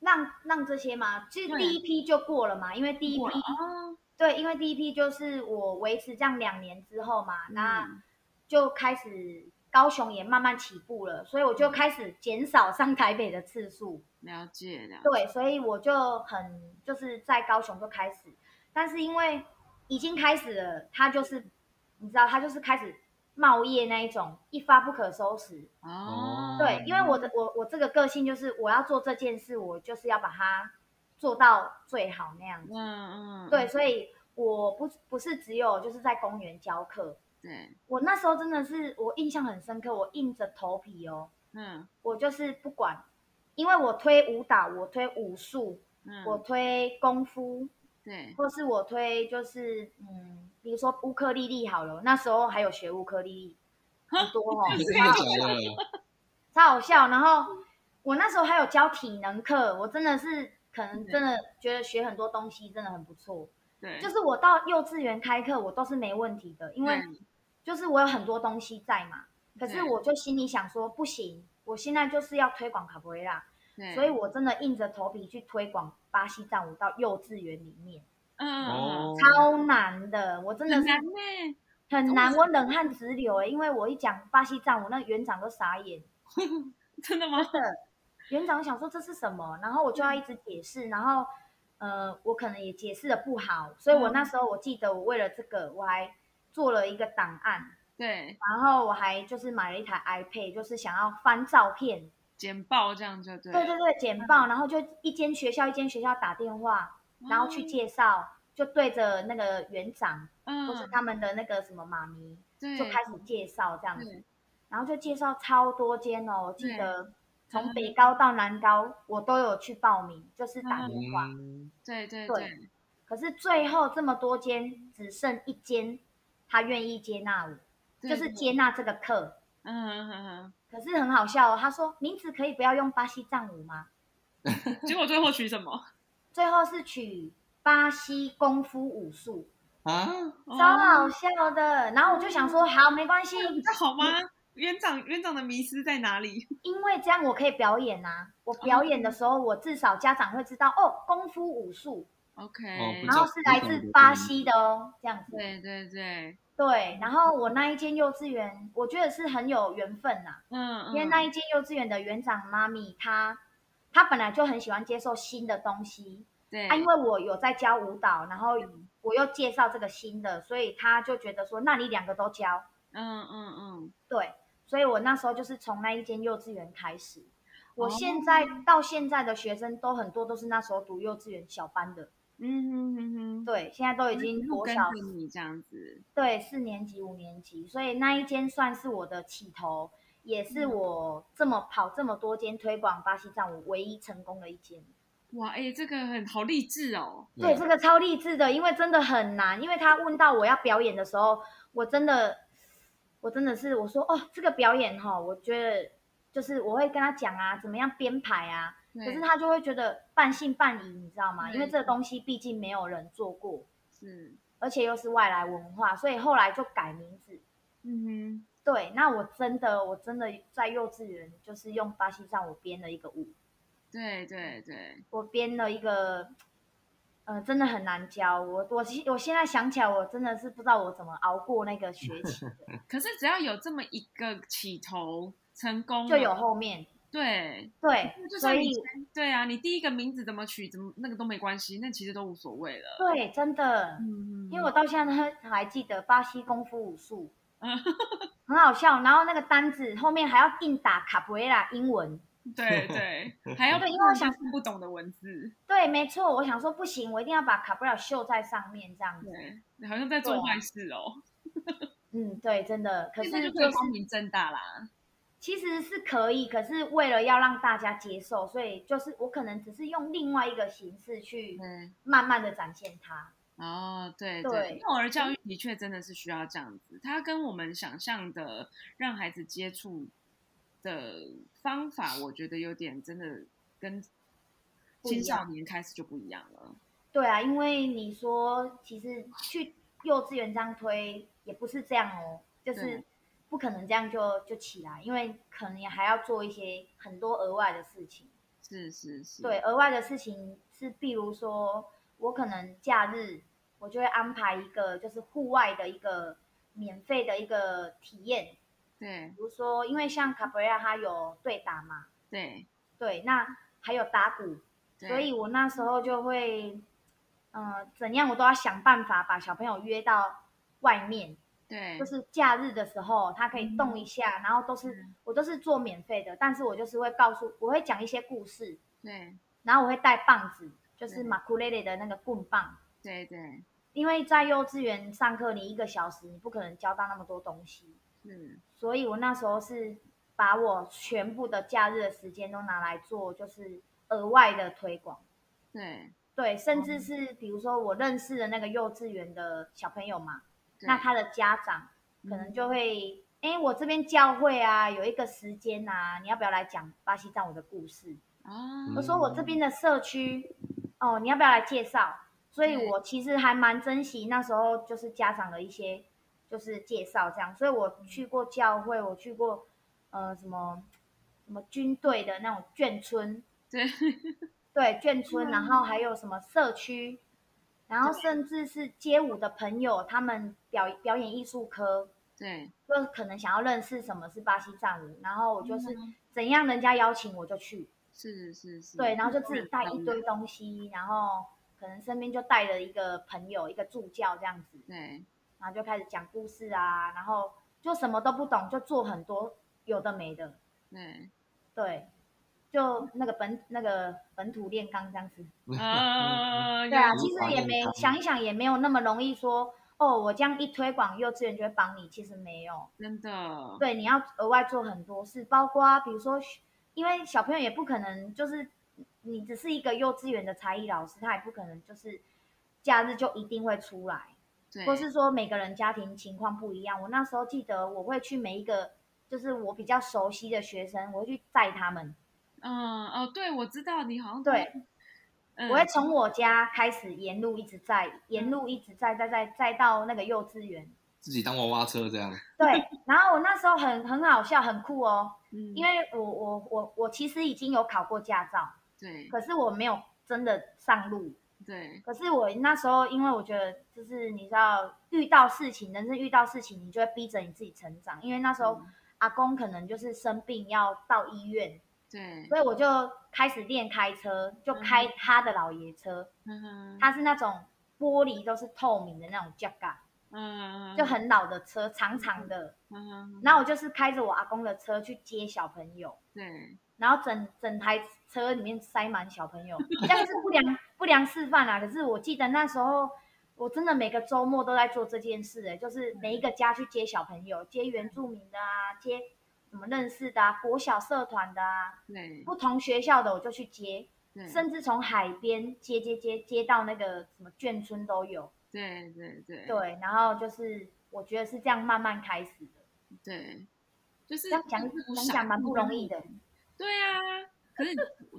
让让这些嘛，其实对第一批就过了嘛，因为第一批过了啊，对，因为第一批就是我维持这样两年之后嘛，那嗯就开始高雄也慢慢起步了，所以我就嗯开始减少上台北的次数。了解了解，对，所以我就很就是在高雄就开始，但是因为已经开始了，他就是你知道，他就是开始冒业那一种，一发不可收拾。哦，对，因为我的我我这个个性就是我要做这件事，我就是要把它做到最好那样嗯子。嗯，对，所以我不不是只有就是在公园教课，对，我那时候真的是我印象很深刻，我硬着头皮哦，嗯我就是不管，因为我推舞蹈，我推武术，嗯，我推功夫，对或是我推就是嗯，比如说乌克丽丽好了，那时候还有学乌克丽丽，很多 [laughs] 哦，真的假的？超好笑。然后我那时候还有教体能课，我真的是可嗯能真的觉得学很多东西真的很不错。对，就是我到幼稚园开课，我都是没问题的，因为对就是我有很多东西在嘛。可是嗯对我就心里想说，不行，我现在就是要推广卡布瑞拉，对所以我真的硬着头皮去推广巴西战舞到幼稚园里面，嗯嗯哦，超难的，我真的很是难呢。很难，我冷汗直流哎、因为我一讲巴西战舞，那园长都傻眼。真的吗？园长想说这是什么，然后我嗯就要一直解释，然后呃，我可能也解释的不好，所以我嗯那时候我记得我为了这个，我还做了一个档案，对，然后我还就是买了一台 iPad，就是想要翻照片，简报这样就对。嗯对对对，简报，然后就一间学校一间学校打电话，然后去介绍，就对着那个园长嗯，或是他们的那个什么妈咪，对，就开始介绍这样子对。然后就介绍超多间哦，我记得嗯从北高到南高我都有去报名，就是打电话。嗯，对对对对，可是最后这么多间，只剩一间他愿意接纳我，对就是接纳这个课。嗯嗯嗯可是很好笑哦，他说名字可以不要用巴西藏舞吗？嗯，结果最后取什么？最后是取巴西功夫武术，啊，超哦好笑的。然后我就想说，好，没关系，那好吗？园长园长的迷失在哪里？因为这样我可以表演啊。我表演哦的时候，我至少家长会知道哦，功夫武术， OK，、哦不然后是来自巴西的哦，这样子。对对对，对，然后我那一间幼稚园，我觉得是很有缘分呐、嗯，嗯因为那一间幼稚园的园长妈咪，她她本来就很喜欢接受新的东西，对，啊，因为我有在教舞蹈，然后我又介绍这个新的，所以她就觉得说，那你两个都教，嗯嗯嗯，对，所以我那时候就是从那一间幼稚园开始，哦我现在、到现在的学生都很多都是那时候读幼稚园小班的，嗯哼哼哼，对，现在都已一经路国跟小着你这样子，对，四年级、五年级，所以那一间算是我的起头，也是嗯我这么跑这么多间推广巴西藏舞唯一成功的一间。哇，哎、这个很好励志哦，对，这个超励志的，因为真的很难。因为他问到我要表演的时候，我真的，我真的是我说哦，这个表演哈、我觉得就是我会跟他讲啊，怎么样编排啊，对可是他就会觉得半信半疑，你知道吗？因为嗯这个东西毕竟没有人做过，是，而且又是外来文化，所以后来就改名字。嗯对，那我真的，我真的在幼稚园就是用巴西藏，我编了一个舞，哼，对对对，我编了一个，呃，真的很难教。我我现我现在想起来，我真的是不知道我怎么熬过那个学期的， [laughs] 可是只要有这么一个起头成功，就有，后面。对，对那，就所算你以对啊，你第一个名字怎么取，怎么那个都没关系，那其实都无所谓了，对，真的，嗯因为我到现在都还记得巴西功夫 [laughs] 武术嗯，很好笑。然后那个单子后面还要硬打卡布瑞拉英文。对对，还要对因为我想看不懂的文字，对，没错，我想说不行，我一定要把卡布瑞拉绣在上面这样子。对，你好像在做对啊坏事哦，嗯，对，真的。可现在是就可就以是光明正大啦，其实是可以，可是为了要让大家接受，所以就是我可能只是用另外一个形式去对。慢慢的展现它。哦，对对嗯幼儿教育的确真的是需要这样子，它跟我们想象的让孩子接触的方法，我觉得有点真的跟不一青样少年开始就不一样了。对啊，因为你说其实去幼稚园这样推也不是这样哦，就是对不可能这样就就起来，因为可能也还要做一些很多额外的事情。是是是，对，额外的事情是，比如说我可能假日我就会安排一个就是户外的一个免费的一个体验，对比如说，因为像卡布瑞拉他有对打嘛，对对，那还有打鼓，对，所以我那时候就会，呃，怎样我都要想办法把小朋友约到外面，对嗯就是假日的时候他可以动一下，然后都是我都是做免费的，但是我就是会告诉我会讲一些故事，对然后我会带棒子，就是嗯马库雷雷的那个棍棒。对对因为在幼稚园上课，你一个小时你不可能教到那么多东西，是，所以我那时候是把我全部的假日的时间都拿来做，就是额外的推广。对对，甚至是比如说我认识的那个幼稚园的小朋友嘛，对嗯那他的家长可能就会，哎、我这边教会啊，有一个时间啊，你要不要来讲巴西藏我的故事？啊，我说我这边的社区，哦，你要不要来介绍？所以对我其实还蛮珍惜那时候就是家长的一些就是介绍这样，所以嗯我去过教会，我去过呃什么什么军队的那种眷村，对 [laughs] 嗯对眷村，然后还有什么社区，然后甚至是街舞的朋友，他们表表演艺术科，对，就可能想要认识什么是巴西藏舞，然后我就是嗯怎样人家邀请我就去，是是是，对，然后就自己带嗯一，堆东西，然后可能身边就带了一个朋友、一个助教这样子，对然后就开始讲故事啊，然后就什么都不懂，就做很多有的没的，对，对，就那个本那个本土炼钢这样子。呃，对啊，有其实也没想一想也没有那么容易说哦，我这样一推广，幼稚园就会帮你，其实没有。真的，对，你要额外做很多事，包括啊比如说学，因为小朋友也不可能就是你只是一个幼稚园的才艺老师，他也不可能就是假日就一定会出来，对，或是说每个人家庭情况不一样。我那时候记得我会去每一个就是我比较熟悉的学生，我会去载他们，嗯哦，对，我知道你好像对，嗯，我会从我家开始沿路一直载，沿路一直载载载载到那个幼稚 [laughs] 园。自己当娃娃车这样，对，然后我那时候很很好笑，很酷哦，嗯，因为我我我我其实已经有考过驾照。对可是我没有真的上路。对可是我那时候，因为我觉得就是你知道，遇到事情，人生遇到事情，你就会逼着你自己成长。因为那时候、嗯阿公可能就是生病要到医院，对，所以我就开始练开车，就开他的老爷车，嗯哼他是那种玻璃都是透明的那种 j a g 嗯，就很老的车，长长的。嗯哼然后我就是开着我阿公的车去接小朋友。对然后整整台车里面塞满小朋友， [laughs] 这样是不良不良示范啊啦、可是我记得那时候，我真的每个周末都在做这件事、欸，就是每一个家去接小朋友，接原住民的啊，接什么认识的啊，国小社团的啊，对不同学校的我就去接，对甚至从海边接接接接到那个什么眷村都有。对对对对，然后就是我觉得是这样慢慢开始的，对，就是这样讲不讲傻讲蛮不容易的。对啊，可是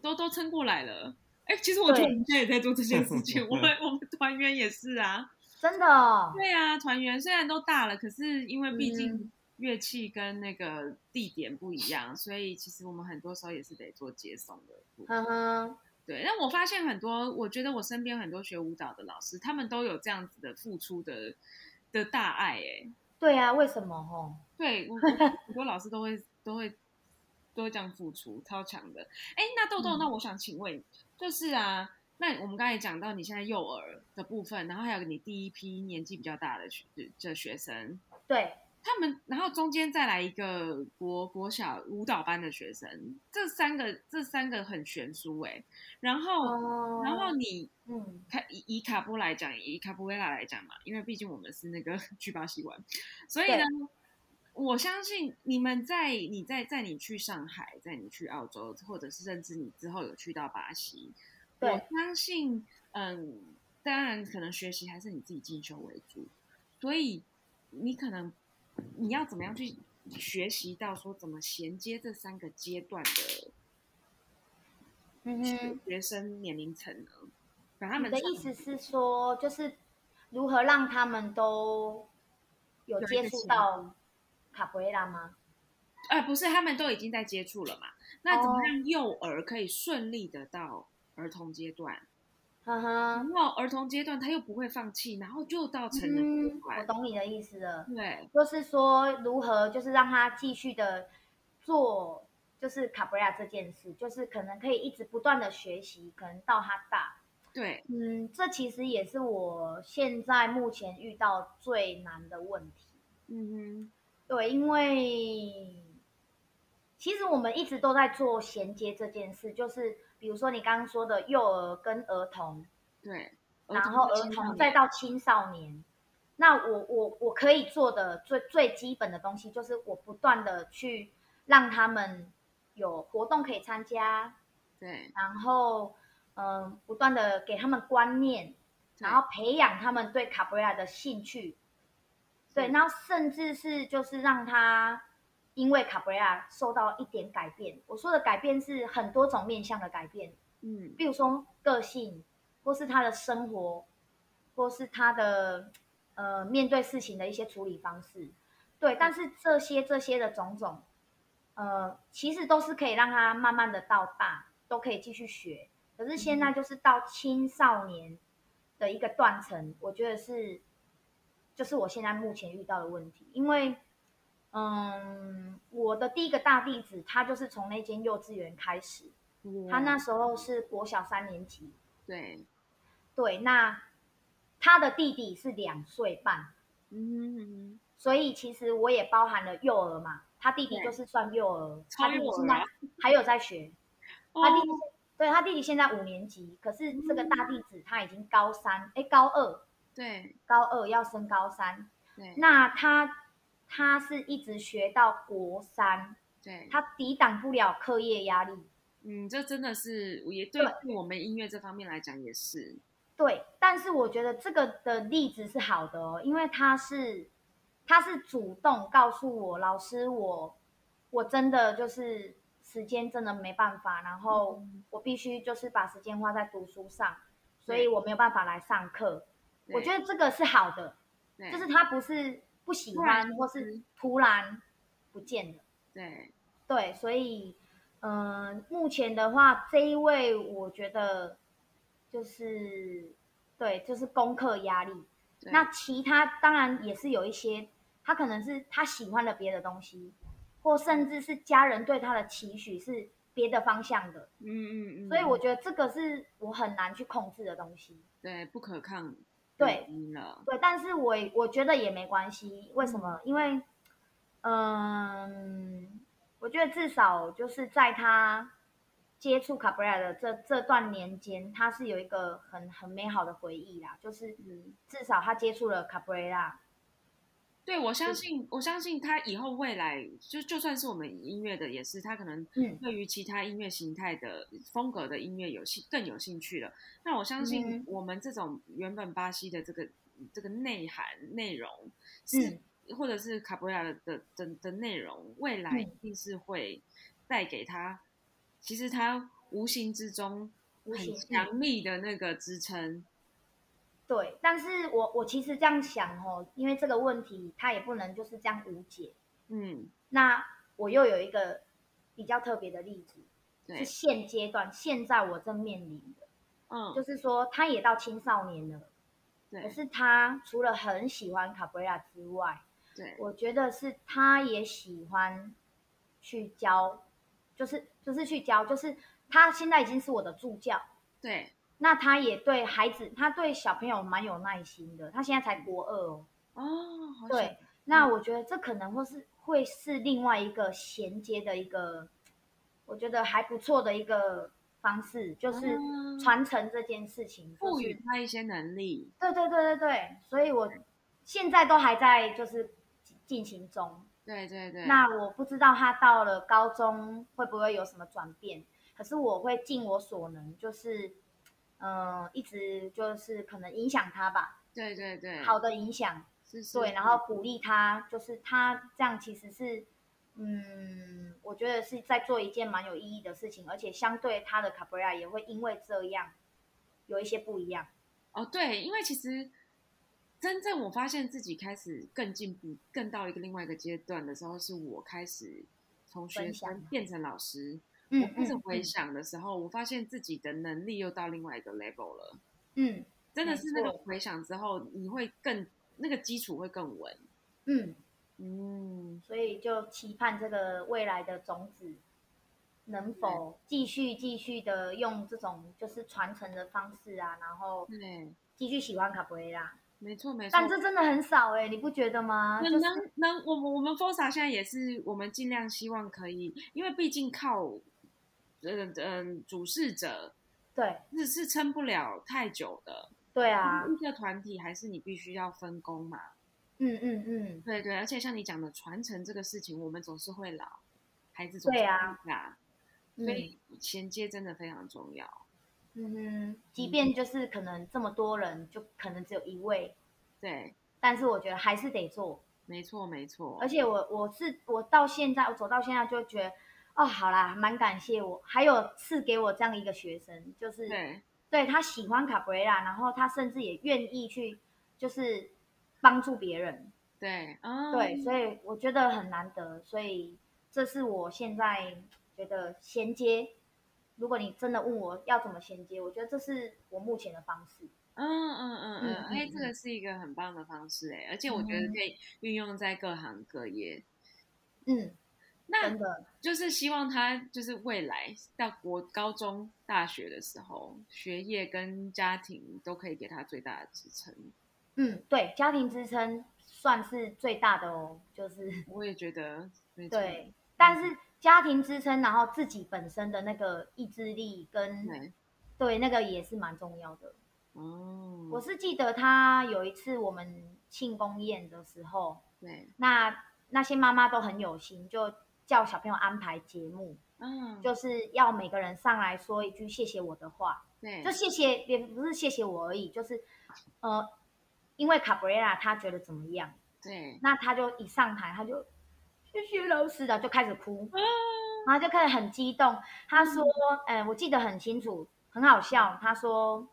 都都撑过来了。哎、其实我团员也在做这件事情，我们我们团员也是啊。真的哦、对啊，团员虽然都大了，可是因为毕竟嗯乐器跟那个地点不一样，所以其实我们很多时候也是得做接送的部分。哼嗯哼，对，但我发现很多，我觉得我身边很多学舞蹈的老师，他们都有这样子的付出的的大爱、哎，对啊，为什么吼？对 [laughs] 我我很多老师都会都会都会这样付出，超强的。哎，那豆豆，嗯那我想请问，就是啊，那我们刚才讲到你现在幼儿的部分，然后还有你第一批年纪比较大的学的学生，对，他们，然后中间再来一个国国小舞蹈班的学生，这三个这三个很悬殊哎、然后、哦，然后你嗯，看以以卡布来讲，以卡布维拉来讲嘛，因为毕竟我们是那个 [laughs] 去巴西玩，所以呢，我相信你们在你在在你去上海，在你去澳洲，或者是甚至你之后有去到巴西，对我相信，嗯，当然可能学习还是你自己进修为主，所以你可能你要怎么样去学习到说怎么衔接这三个阶段的嗯学哼，学生年龄层呢？把他你们的上意思是说，就是如何让他们都有有一接个触起到卡布埃拉吗？呃，不是，他们都已经在接触了嘛？那怎么哦让幼儿可以顺利的到儿童阶段？呵然呵，后儿童阶段他又不会放弃，然后就到成人阶嗯，我段。懂你的意思了，对就是说如何就是让他继续的做。就是卡布拉这件事，就是可能可以一直不断的学习，可能到他大，对，嗯，这其实也是我现在目前遇到最难的问题。嗯对，因为其实我们一直都在做衔接这件事，就是比如说你刚刚说的幼儿跟儿童，哼，对。然后到儿青少童年再到青少年。那我我我可以做的最最基本的东西，就是我不断的去让他们有活动可以参加，对，然后嗯、呃不断的给他们观念，然后培养他们对卡布瑞拉的兴趣，对，嗯然后甚至是就是让他因为卡布瑞拉受到一点改变。我说的改变是很多种面向的改变， [laughs] 嗯比如说个性，或是他的生活，或是他的呃面对事情的一些处理方式，对，但是这些这些的种种，呃，其实都是可以让他慢慢的到大，都可以继续学。可是现在就是到青少年的一个断层，我觉得是，就是我现在目前遇到的问题，因为。嗯，我的第一个大弟子，他就是从那间幼稚园开始，啊他那时候是国小三年级，对，对，那他的弟弟是两岁半，嗯哼，所以其实我也包含了幼儿嘛，他弟弟对就是算幼儿，超他弟弟幼儿现在啊还有在学，哦他弟弟、对他弟弟现在五年级，可是这个大弟子他已经高三，哎，高二，对高二要升高三，对那他他是一直学到国三，对，他抵挡不了课业压力。嗯，这真的是也对对对我们音乐这方面来讲也是，对，但是我觉得这个的例子是好的哦，因为他是他是主动告诉我老师我我真的就是时间真的没办法，然后嗯我必须就是把时间花在读书上，所以对我没有办法来上课。我觉得得这个是好的，就是他不是不喜突然嗯欢消或失是突然不见了。对对，所以，嗯、目前的话，这一位我觉得就是对，就是功课压力。对那其他当然也是有一些，他可能是他喜欢了别的东西，或甚至是家人对他的期许是别的方向的，嗯嗯嗯，所以我觉得这个是我很难去控制的东西。对不可抗对原因了，对，但是我我觉得也没关系。为什么？因为，嗯，我觉得至少就是在他接触卡布 r 的这这段年间，他是有一个很很美好的回忆啦。就是嗯，至少他接触了卡布 r 拉，对我相信我相信他以后未来就就算是我们音乐的也是，他可能嗯，对于其他音乐形态的风格的音乐有兴更有兴趣了。那我相信嗯我们这种原本巴西的这个这个内涵内容是，或者是卡布拉的的的的内容，未来嗯一定是会带给他，其实他无形之中无很形强力的那个支撑。对。但是我我其实这样想哦，因为这个问题他也不能就是这样无解。嗯，那我又有一个比较特别的例子，对是，现阶段现在我正面临的。嗯，就是说他也到青少年了，可对是他除了很喜欢卡布瑞拉之外，对我觉得是他也喜欢去教，就是就是去教，就是他现在已经是我的助教，对，那他也对孩子，他对小朋友蛮有耐心的，他现在才国二哦，哦，好对想，那我觉得这可能会是会是另外一个衔接的一个，我觉得还不错的一个方式，就是嗯传承这件事情，赋就是予他一些能力。对对对对对，所以我现在都还在就是进行中。对对对，那我不知道他到了高中会不会有什么转变，可是我会尽我所能，就是嗯、呃一直就是可能影响他吧，对对对，好的影响，是，嗯是对，然后鼓励他，就是他这样其实是。嗯，我觉得是在做一件蛮有意义的事情，而且相对他的卡布拉也会因为这样有一些不一样。哦，对，因为其实真正我发现自己开始更进步，更到一个另外一个阶段的时候，是我开始从学分享生变成老师。嗯我开始嗯回嗯想的时候，我发现自己的能力又到另外一个 level 了。嗯真的没是那个错回想之后，你会更那个基础会更稳。嗯，嗯，所以就期盼这个未来的种子能嗯否继续继续的用这种就是传承的方式啊，然后对，继续喜欢卡布瑞拉。没错没错。但这真的很少哎、你不觉得吗？能就是能能，我们我们 Fosa 现在也是，我们尽量希望可以，因为毕竟靠，嗯、嗯，主事者对是是撑不了太久的。对啊，一个团体还是你必须要分工嘛。嗯嗯嗯，对对，而且像你讲的传承这个事情，我们总是会老，孩子总是对啊会大，所以衔接真的非常重要。嗯嗯哼，即便就是可能这么多人，就可能只有一位，对，但是我觉得还是得做。没错没错而。且我我是我到现在，我走到现在就会觉得，哦，好啦，蛮感谢我，还有赐给我这样一个学生，就是对对他喜欢卡布瑞拉，然后他甚至也愿意去就是帮助别人，对，嗯，对，所以我觉得很难得，所以这是我现在觉得衔接。如果你真的问我要怎么衔接，我觉得这是我目前的方式。嗯嗯嗯嗯，嗯哎、嗯这个是一个很棒的方式哎，而且我觉得嗯可以运用在各行各业。嗯，那真的，就是希望他就是未来到国高中、大学的时候，学业跟家庭都可以给他最大的支撑。嗯，对，家庭支撑算是最大的哦，就是。我也觉得， [laughs] 没错，对，但是家庭支撑，然后自己本身的那个意志力跟对对那个也是蛮重要的。哦，我是记得他有一次我们庆功宴的时候，对，那那些妈妈都很有心，就叫小朋友安排节目，嗯，就是要每个人上来说一句谢谢我的话，对，就谢谢，也不是谢谢我而已，就是呃，因为卡布瑞拉他觉得怎么样，对，那他就一上台他就谢谢老师的就开始哭，然后就开始很激动。他说：“嗯、我记得很清楚，很好笑。”他说：“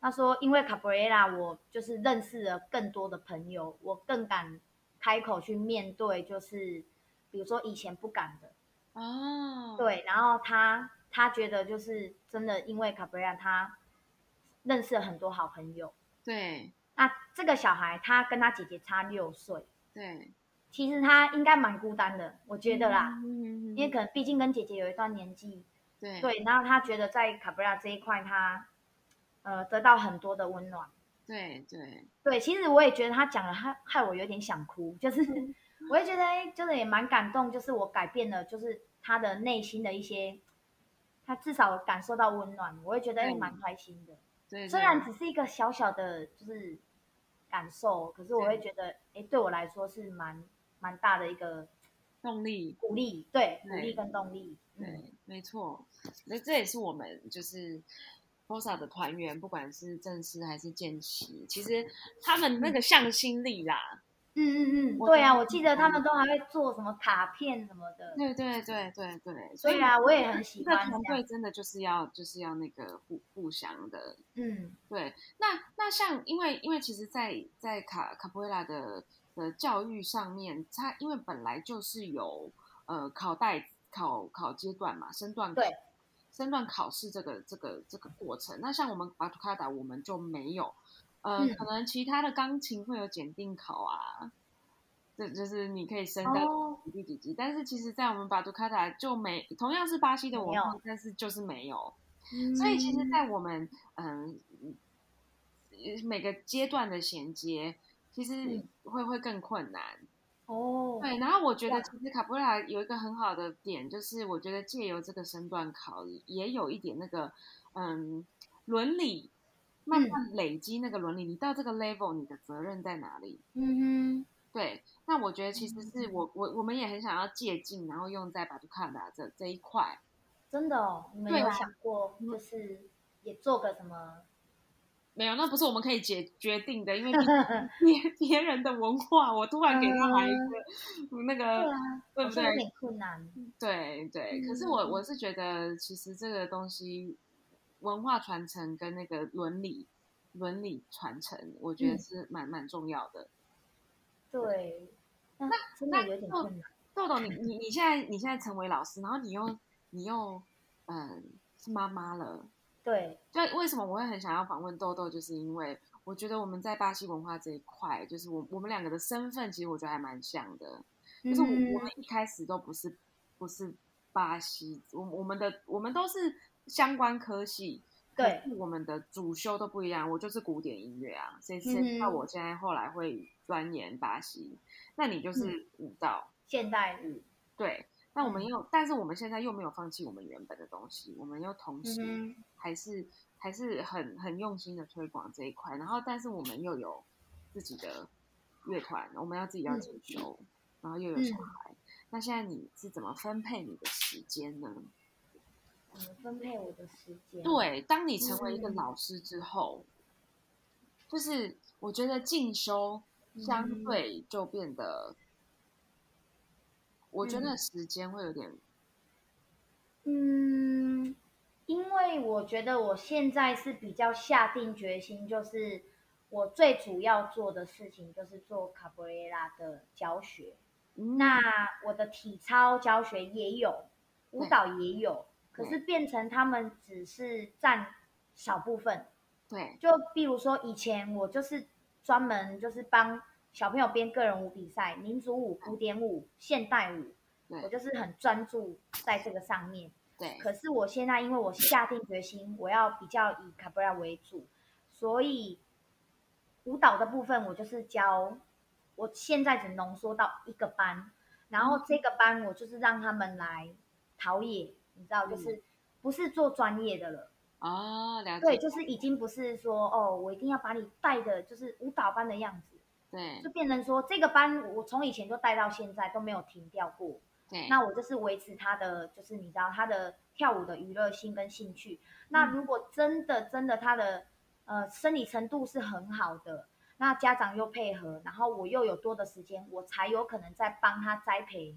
他说因为 Cabrera，我就是认识了更多的朋友，我更敢开口去面对，就是比如说以前不敢的。哦，，对，然后他他觉得就是真的，因为 Cabrera 他认识了很多好朋友。对，那这个小孩他跟他姐姐差六岁，对，其实他应该蛮孤单的，我觉得啦，嗯，因为可能毕竟跟姐姐有一段年纪。”对，对，然后他觉得在卡布拉这一块他，呃得到很多的温暖。对，对，对，其实我也觉得他讲了，害害我有点想哭， [laughs] 就是我也觉得哎，就是也蛮感动，就是我改变了，就是他的内心的一些，他至少感受到温暖，我也觉得哎嗯蛮开心的。对，虽然只是一个小小的，就是感受，可是我会对觉得哎，对我来说是蛮蛮大的一个动力，鼓励，对，鼓对励跟动力。嗯，对，没错，那这也是我们就是 FOSA 的团员，不管是正式还是见习，其实他们那个向心力啦，嗯嗯嗯，我对懂啊，我记得他们都还会做什么卡片什么的。对对对对对，所以嗯对啊，我也很喜这个欢这团样。队真的就是要就是要那个互互相的嗯对，那那像因为因为其实在，在卡卡布瑞拉的的教育上面，它因为本来就是有呃考代考考阶段嘛，升段考对升段考试这个这个这个过程。那像我们巴图卡达，我们就没有，呃，嗯可能其他的钢琴会有检定考啊，这就是你可以升的哦几第几级，但是其实，在我们巴图卡达就没，同样是巴西的没文有化，但是就是没有。嗯所以嗯其实，在我们嗯呃每个阶段的衔接，其实嗯会会更困难。哦，对，然后我觉得哇其实卡布拉有一个很好的点，就是我觉得借由这个身段考，也有一点那个嗯伦理，慢慢累积那个伦理。你到这个 level，你的责任在哪里？嗯对，那我觉得其实是我我我们也很想要借鉴，然后用在巴杜卡达这这一块。哼，真的哦，你们对有啊想过就是也做个什 [laughs] 么？没有，那不是我们可以决决定的，因为 [laughs] 别别人的文化，我突然给他来一个、嗯那嗯对个，啊，对好不像嗯有对？点困难。对对。可是我我是觉得，其实这个东西，文化传承跟那个伦理伦理传承，我觉得嗯是蛮蛮重要的。对，那真那的有点就困难。豆豆，你你你现在你现在成为老师，然后你又你又嗯是妈妈了。对，就为什么我会很想要访问豆豆，就是因为我觉得我们在巴西文化这一块，就是我我们两个的身份，其实我觉得还蛮像的。就是我嗯我们一开始都不是不是巴西，我我们的我们都是相关科系，对，我们的主修都不一样。我就是古典音乐啊，谁嗯谁哼知道我现在后来会钻研巴西？那你嗯就是舞蹈，现代语。对。那我嗯们又，但是我们现在又没有放弃我们原本的东西，我们又同时嗯哼，还是还是很很用心的推广这一块。然后，但是我们又有自己的乐团，我们要自己要进修，然后又有小嗯孩。那现在你是怎么分配你的时间呢？怎么分配我的时间？，对，当你成为一个嗯老师之后，就是我觉得进修嗯相对就变得，我觉得时间会有点嗯，因为我觉得我现在是比较下定决心，就是我最主要做的事情就是做卡布雷拉的教学。嗯那我的体操教学也有，舞对蹈也有，可对是变成他们只是占少部分。对就比如说以前我就是专门就是帮小朋友编个人舞比赛，民族舞、古典舞、现代舞，我对就是很专注在这个上面。对可是我现在因为我下定决心，我要比较以卡布拉为主，所以舞蹈的部分我就是教，我现在只浓缩到一个班，然后这个班我就是让他们来陶冶，你知道，就是不是做专业的了，哦，了解，对，就是已经不是说哦，我一定要把你带的，就是舞蹈班的样子，对就变成说这个班我从以前就带到现在都没有停掉过。对，那我就是维持他的，就是你知道他的跳舞的娱乐性跟兴趣。那如果真的真的他的呃生理程度是很好的，那家长又配合，然后我又有多的时间，我才有可能再帮他栽培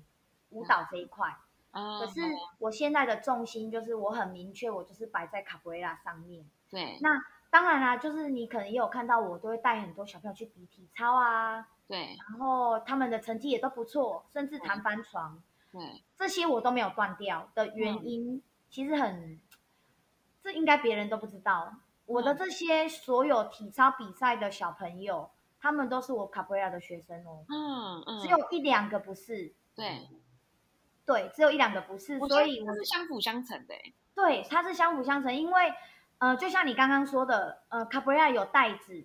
舞蹈这一块。啊可是我现在的重心就是我很明确，我就是摆在卡布瑞拉上面。对那当然啦、就是你可能也有看到我都会带很多小朋友去比体操啊，对然后他们的成绩也都不错，甚至弹翻床。对，这些我都没有断掉的嗯原因，其实很，这应该别人都不知道。我嗯的这些所有体操比赛的小朋友，他们都是我卡布拉的学生哦，嗯嗯，只有一两个不是，对，对，只有一两个不是，我所以觉得我这是相辅相成的欸，对它是相辅相成，因为呃，就像你刚刚说的，呃，卡布拉有袋子，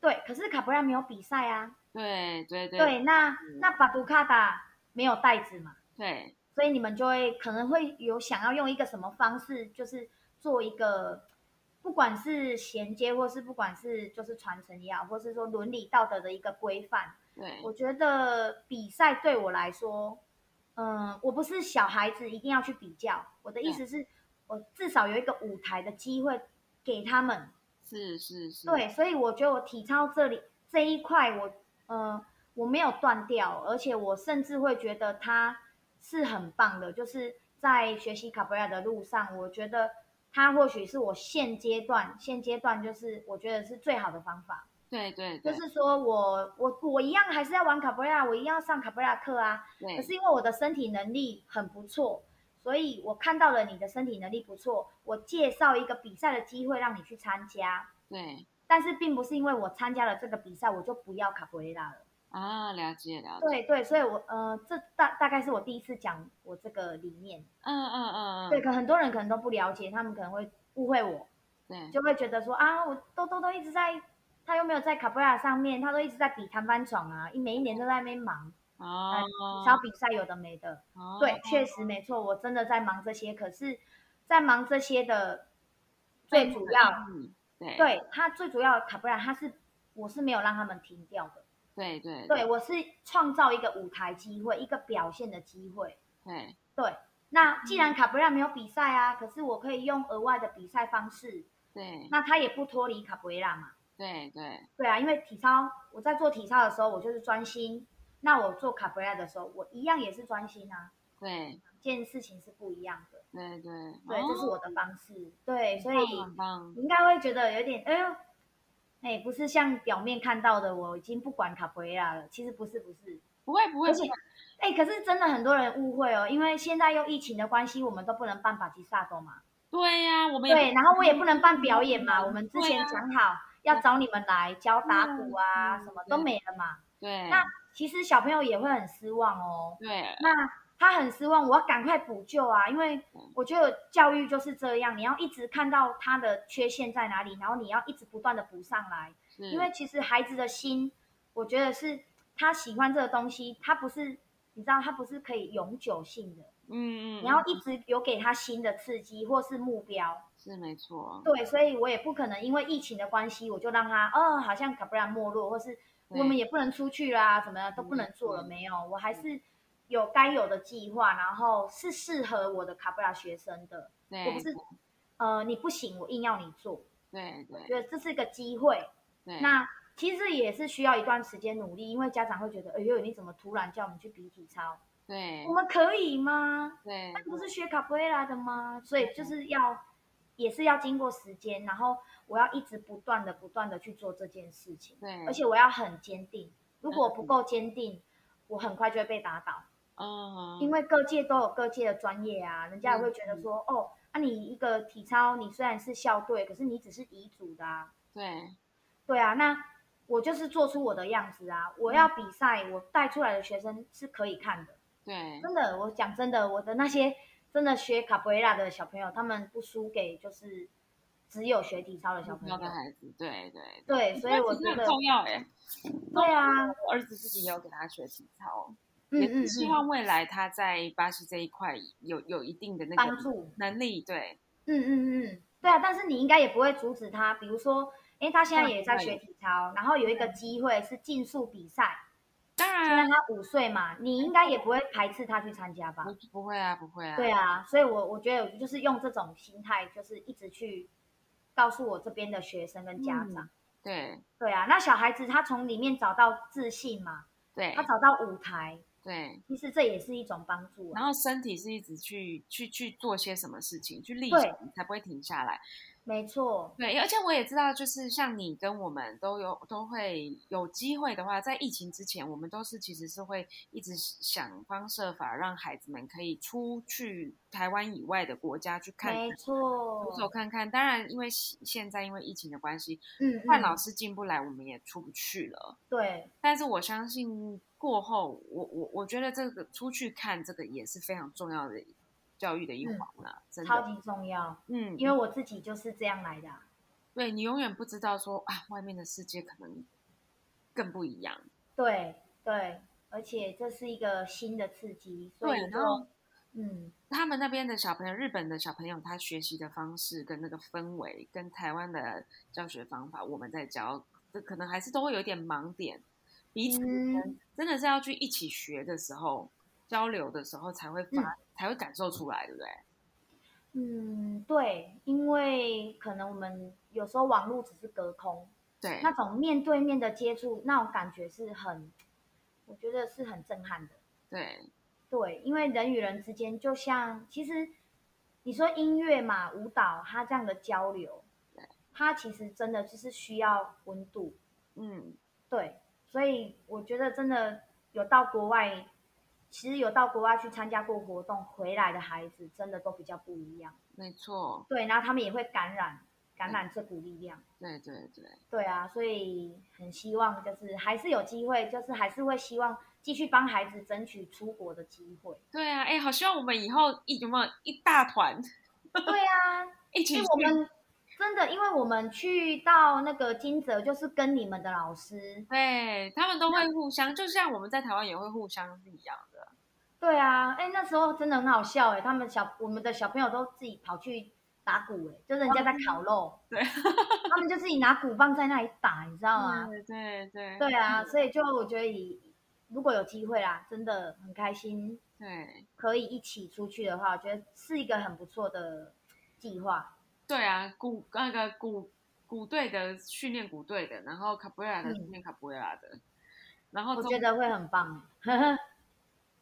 对，可是卡布拉没有比赛啊，对对嗯对对，那那巴杜卡达没有袋子嘛。对所以你们就会可能会有想要用一个什么方式，就是做一个，不管是衔接，或是不管是就是传承也好，或是说伦理道德的一个规范。对我觉得比赛对我来说，嗯，我不是小孩子一定要去比较，我的意思是，我至少有一个舞台的机会给他们。是是是，对，所以我觉得我体操这里这一块我，呃我没有断掉，而且我甚至会觉得它是很棒的。就是在学习卡布拉的路上，我觉得它或许是我现阶段现阶段就是我觉得是最好的方法。对对就对是说我我我一样还是要玩卡布拉，我一样上卡布拉课啊。可对是因为我的身体能力很不错，所以我看到了你的身体能力不错，我介绍一个比赛的机会让你去参加。对但是并不是因为我参加了这个比赛，我就不要卡布雷拉了。啊，了解了解，对对，所以我呃，这大大概是我第一次讲我这个理念。嗯嗯嗯嗯，对，可很多人可能都不了解，他们可能会误会我，对就会觉得说啊，我都都都一直在，他又没有在卡布雷拉上面，他都一直在比弹翻床啊，一每一年都在那边忙，哦少比赛有的没的。哦对，确实没错，我真的在忙这些，可是，在忙这些的最主要，嗯对对他最主要卡布雷拉，他是我是没有让他们停掉的。对对对我是创造一个舞台机会，一个表现的机会。对对，那既然卡布拉没有比赛啊，可是我可以用额外的比赛方式，对那他也不脱离卡布拉嘛。对对对啊，因为体操，我在做体操的时候，我就是专心；那我做卡布拉的时候，我一样也是专心啊，对两件事情是不一样的。对对，对，这哦是嗯我的方式。对，所以很棒，你应该会觉得有点，哎呦，哎，不是像表面看到的，我已经不管卡布拉了。其实不是，不是。不会不会而不且会，哎、可是真的很多人误会哦，因为现在又疫情的关系，我们都不能办法吉萨多嘛。对呀，我们也对，不然后我也不能办表演嘛。我们之对前啊讲好要找你们来教打鼓啊，嗯什么都对没了嘛。对那其实小朋友也会很失望哦。对啊那他很失望，我要赶快补救啊，因为嗯我觉得教育就是这样，你要一直看到他的缺陷在哪里，然后你要一直不断的补上来。是，因为其实孩子的心，我觉得是他喜欢这个东西，他不是你知道，他不是可以永久性的，嗯嗯，你要嗯一直有给他新的刺激或是目标。是没错，对，所以我也不可能因为疫情的关系，我就让他哦，好像卡布拉没落，或是我们也不能出去啦，怎么样都不能做了，嗯没有，我还是。有该有的计划，然后是适合我的卡布拉学生的。对我不是，呃，你不行，我硬要你做，对对觉得这是个机会。对，那其实也是需要一段时间努力，因为家长会觉得，哎呦，你怎么突然叫我们去比体操？对我们可以吗？对那你不是学卡布瑞拉的吗？所以就是要，也是要经过时间，然后我要一直不断的、不断的去做这件事情，对，而且我要很坚定。如果我不够坚定，我很快就会被打倒，嗯因为各界都有各界的专业啊，人家也会觉得说，哦，啊，你一个体操，你虽然是校队，可是你只是乙组的啊，对对啊，那我就是做出我的样子啊！我要比赛，我带出来的学生是可以看的。对真的，我讲真的，我的那些真的学卡布瑞拉的小朋友，他们不输给就是只有学体操的小目朋标友。的孩子，对对。对，所以我觉觉得很，得重要哎，对啊，我儿子自己也有给他学体操，嗯也嗯是希嗯，望未来他在巴西这一块有有一定的那帮个助，能力，对嗯嗯嗯，对啊，但是你应该也不会阻止他，比如说，哎，他现在也在对学体操，然后有一个机会是竞速比赛，当现在然他五岁嘛，你应该也不会排斥他去参加吧？不不会啊，不会啊。对啊，所以我我觉得就是用这种心态，就是一直去告诉我这边的学生跟家嗯长。对对啊，那小孩子他从里面找到自信嘛，对他找到舞台，对。其实这也是一种帮助啊。然后身体是一直去去去做些什么事情，去力对行，才不会停下来。没错，对，而且我也知道，就是像你跟我们都有都会有机会的话，在疫情之前，我们都是其实是会一直想方设法让孩子们可以出去台湾以外的国家去看看没错走，走看看。当然，因为现现在因为疫情的关系，嗯换嗯，老师进不来，我们也出不去了。对，但是我相信过后，我我我觉得这个出去看这个也是非常重要的教育的一环啦、真超的。级重要，嗯，嗯因为我自己就是这样来的啊、对你永远不知道说啊，外面的世界可能更不一样。对对，而且这是一个新的刺激，所对，以然后说，嗯，他们那边的小朋友，日本的小朋友，他学习的方式跟那个氛围，跟台湾的教学方法，我们在教，这可能还是都会有一点盲点。彼嗯此之间真的是要去一起学的时候，交流的时候才会发，才会感受出来，对不对？嗯，对，因为可能我们有时候网络只是隔空，对，那种面对面的接触，那种感觉是很，我觉得是很震撼的。对，对，因为人与人之间，就像其实你说音乐嘛、舞蹈，它这样的交流对，它其实真的就是需要温度。嗯，对，所以我觉得真的有到国外，其实有到国外去参加过活动回来的孩子，真的都比较不一样。没错，对，然后他们也会感染感染这股力量。对对对，对啊，所以很希望就是还是有机会，就是还是会希望继续帮孩子争取出国的机会。对啊，哎，好希望我们以后一有没有一大团对啊，一起因去为我们真的，因为我们去到那个金泽，就是跟你们的老师。对他们都会互相，就像我们在台湾也会互相是一样的。对啊，哎，那时候真的很好笑哎，他们小我们的小朋友都自己跑去打鼓哎，就是人家在烤肉，对，他们就自己拿鼓棒在那里打，你知道吗？对对对嗯对啊，所以就我觉得以如果有机会啦，真的很开心，对可以一起出去的话，我觉得是一个很不错的计划。对啊，鼓那个鼓鼓队的训练鼓队的，然后卡布瑞拉的嗯训练卡布瑞拉的，然后我中觉得会很棒。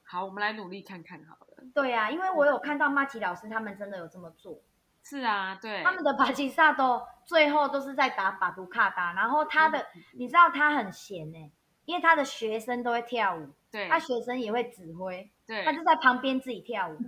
好，我们来努力看看好了。对啊，因为我有看到马奇老师他们真的有这么做，是啊，对，他们的巴吉萨都最后都是在打巴杜卡达，然后他的嗯你知道他很闲呢、因为他的学生都会跳舞，对他学生也会指挥，对他就在旁边自己跳 [laughs] 舞，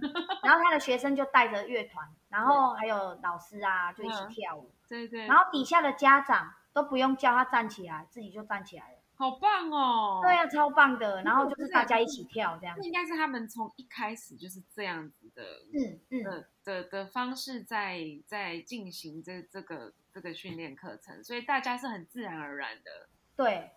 然后他的学生就带着乐团，然后还有老师啊就一起嗯跳舞，对对然，后底下的家长都不用叫他站起来，自己就站起来了。好棒哦！对啊，超棒的。然后就不是是大家一起跳这样那。应该是他们从一开始就是这样子的嗯嗯，的的的方式在在进行这这个这个训练课程，所以大家是很自然而然的。对，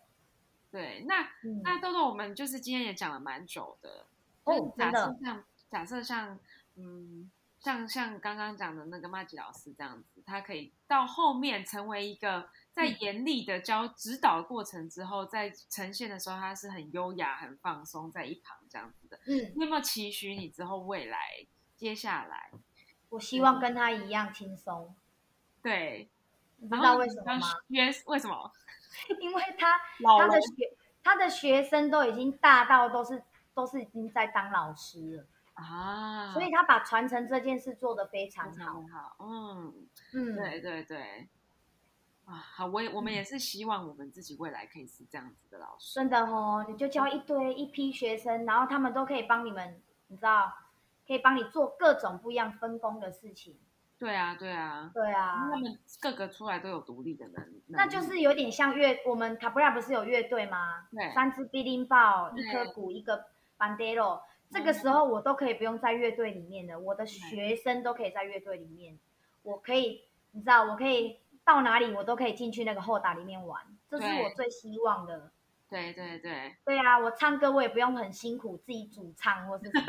对，那嗯那豆豆，我们就是今天也讲了蛮久的。哦就是假真设的像假设像嗯像像刚刚讲的那个麦吉老师这样子，他可以到后面成为一个在嗯严厉的教指导过程之后，在呈现的时候，他是很优雅、很放松，在一旁这样子的。嗯，你有没有期许你之后未来接下来？我希望跟他一样轻松。对，你知然道后为你什么刚吗？约为什么？ [laughs] 因为他老他了的学他的学生都已经大到都是都是已经在当老师了，啊，所以他把传承这件事做得嗯非非常好常。好，嗯，嗯，对对对，啊，好，我也我们也是希望我们自己未来可以是这样子的老师，真的哦，你就教一堆一批学生，然后他们都可以帮你们，你知道，可以帮你做各种不一样分工的事情。对啊对啊，对啊，他们各个出来都有独立的能，能那就是有点像乐，我们卡布拉不是有乐队吗？对三支必林豹，对嗯一颗鼓，一个 bandero。这个时候我都可以不用在乐队里面的，我的学生都可以在乐队里面，我可以，你知道，我可以到哪里我都可以进去那个后打里面玩，这是对我最希望的。对对对，对啊，我唱歌我也不用很辛苦自己主唱或是 [laughs] 什么。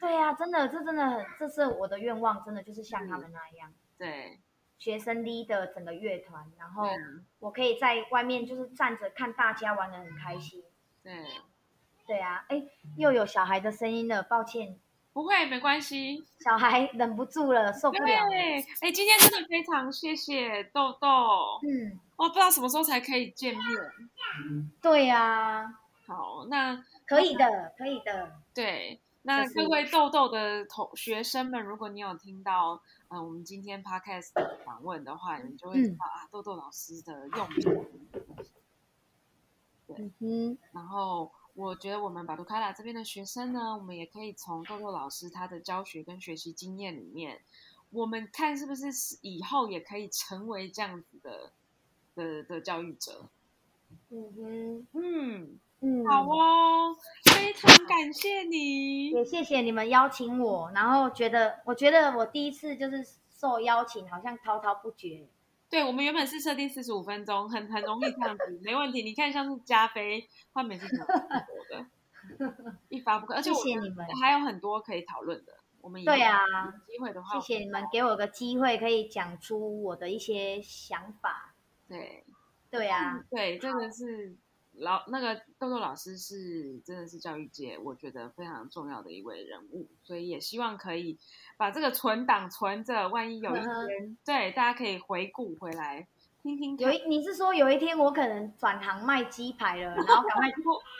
对啊，真的，这真的很，这是我的愿望，真的就是像他们那样。对，学生 leader 整个乐团，然后嗯我可以在外面就是站着看大家玩的很开心。对，对啊，哎，又有小孩的声音了，抱歉，不会没关系。小孩忍不住了，受不了了。对，哎，今天真的非常谢谢豆豆，哦嗯，我不知道什么时候才可以见面。对呀、啊，好，那可以的，可以的。对，那就是各位豆豆的同学生们，如果你有听到，嗯、我们今天 podcast 的访问的话，你就会知道、啊，豆豆老师的用品。嗯哼，然后我觉得我们巴杜卡拉这边的学生呢，我们也可以从豆豆老师他的教学跟学习经验里面，我们看是不是以后也可以成为这样子的的的教育者。嗯哼，嗯，嗯，好哦，非常感谢你。也谢谢你们邀请我，然后觉得，我觉得我第一次就是受邀请，好像滔滔不绝。对，我们原本是设定四十五分钟，很很容易这样子，没问题。你看，像是加菲，他每次都有的，一发不可。而且我谢谢们你们还有很多可以讨论的。我们以后对啊，有机会的话，谢谢你们给我个机会，可以讲出我的一些想法。对 [laughs] 对啊，对，这个是老那个豆豆老师是真的是教育界我觉得非常重要的一位人物，所以也希望可以把这个存档存着，万一有一嗯哼天，对大家可以回顾回来听听有看。一你是说有一天我可能转行卖鸡排了，然后赶快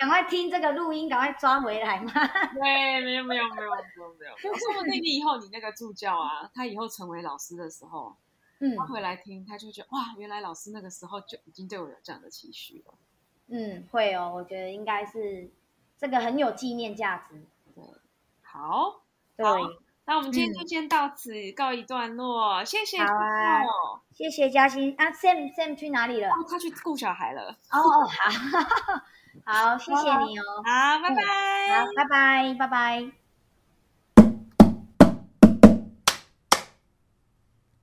赶快听这个录音，赶快抓回来吗？ [laughs] 对，没有没有没有没有没有，说不定你以后你那个助教啊，他以后成为老师的时候，嗯他回来听，他就觉得哇，原来老师那个时候就已经对我有这样的期许了。嗯，会哦，我觉得应该是这个很有纪念价值。好，对，好那我们今天就先到此告一段落，谢谢嗯好啊豆豆谢谢嘉欣啊，Sam Sam 去哪里了？哦，他去顾小孩了。哦哦， [laughs] 好，好，谢谢你哦，嗯好，拜拜。好，拜拜，拜拜。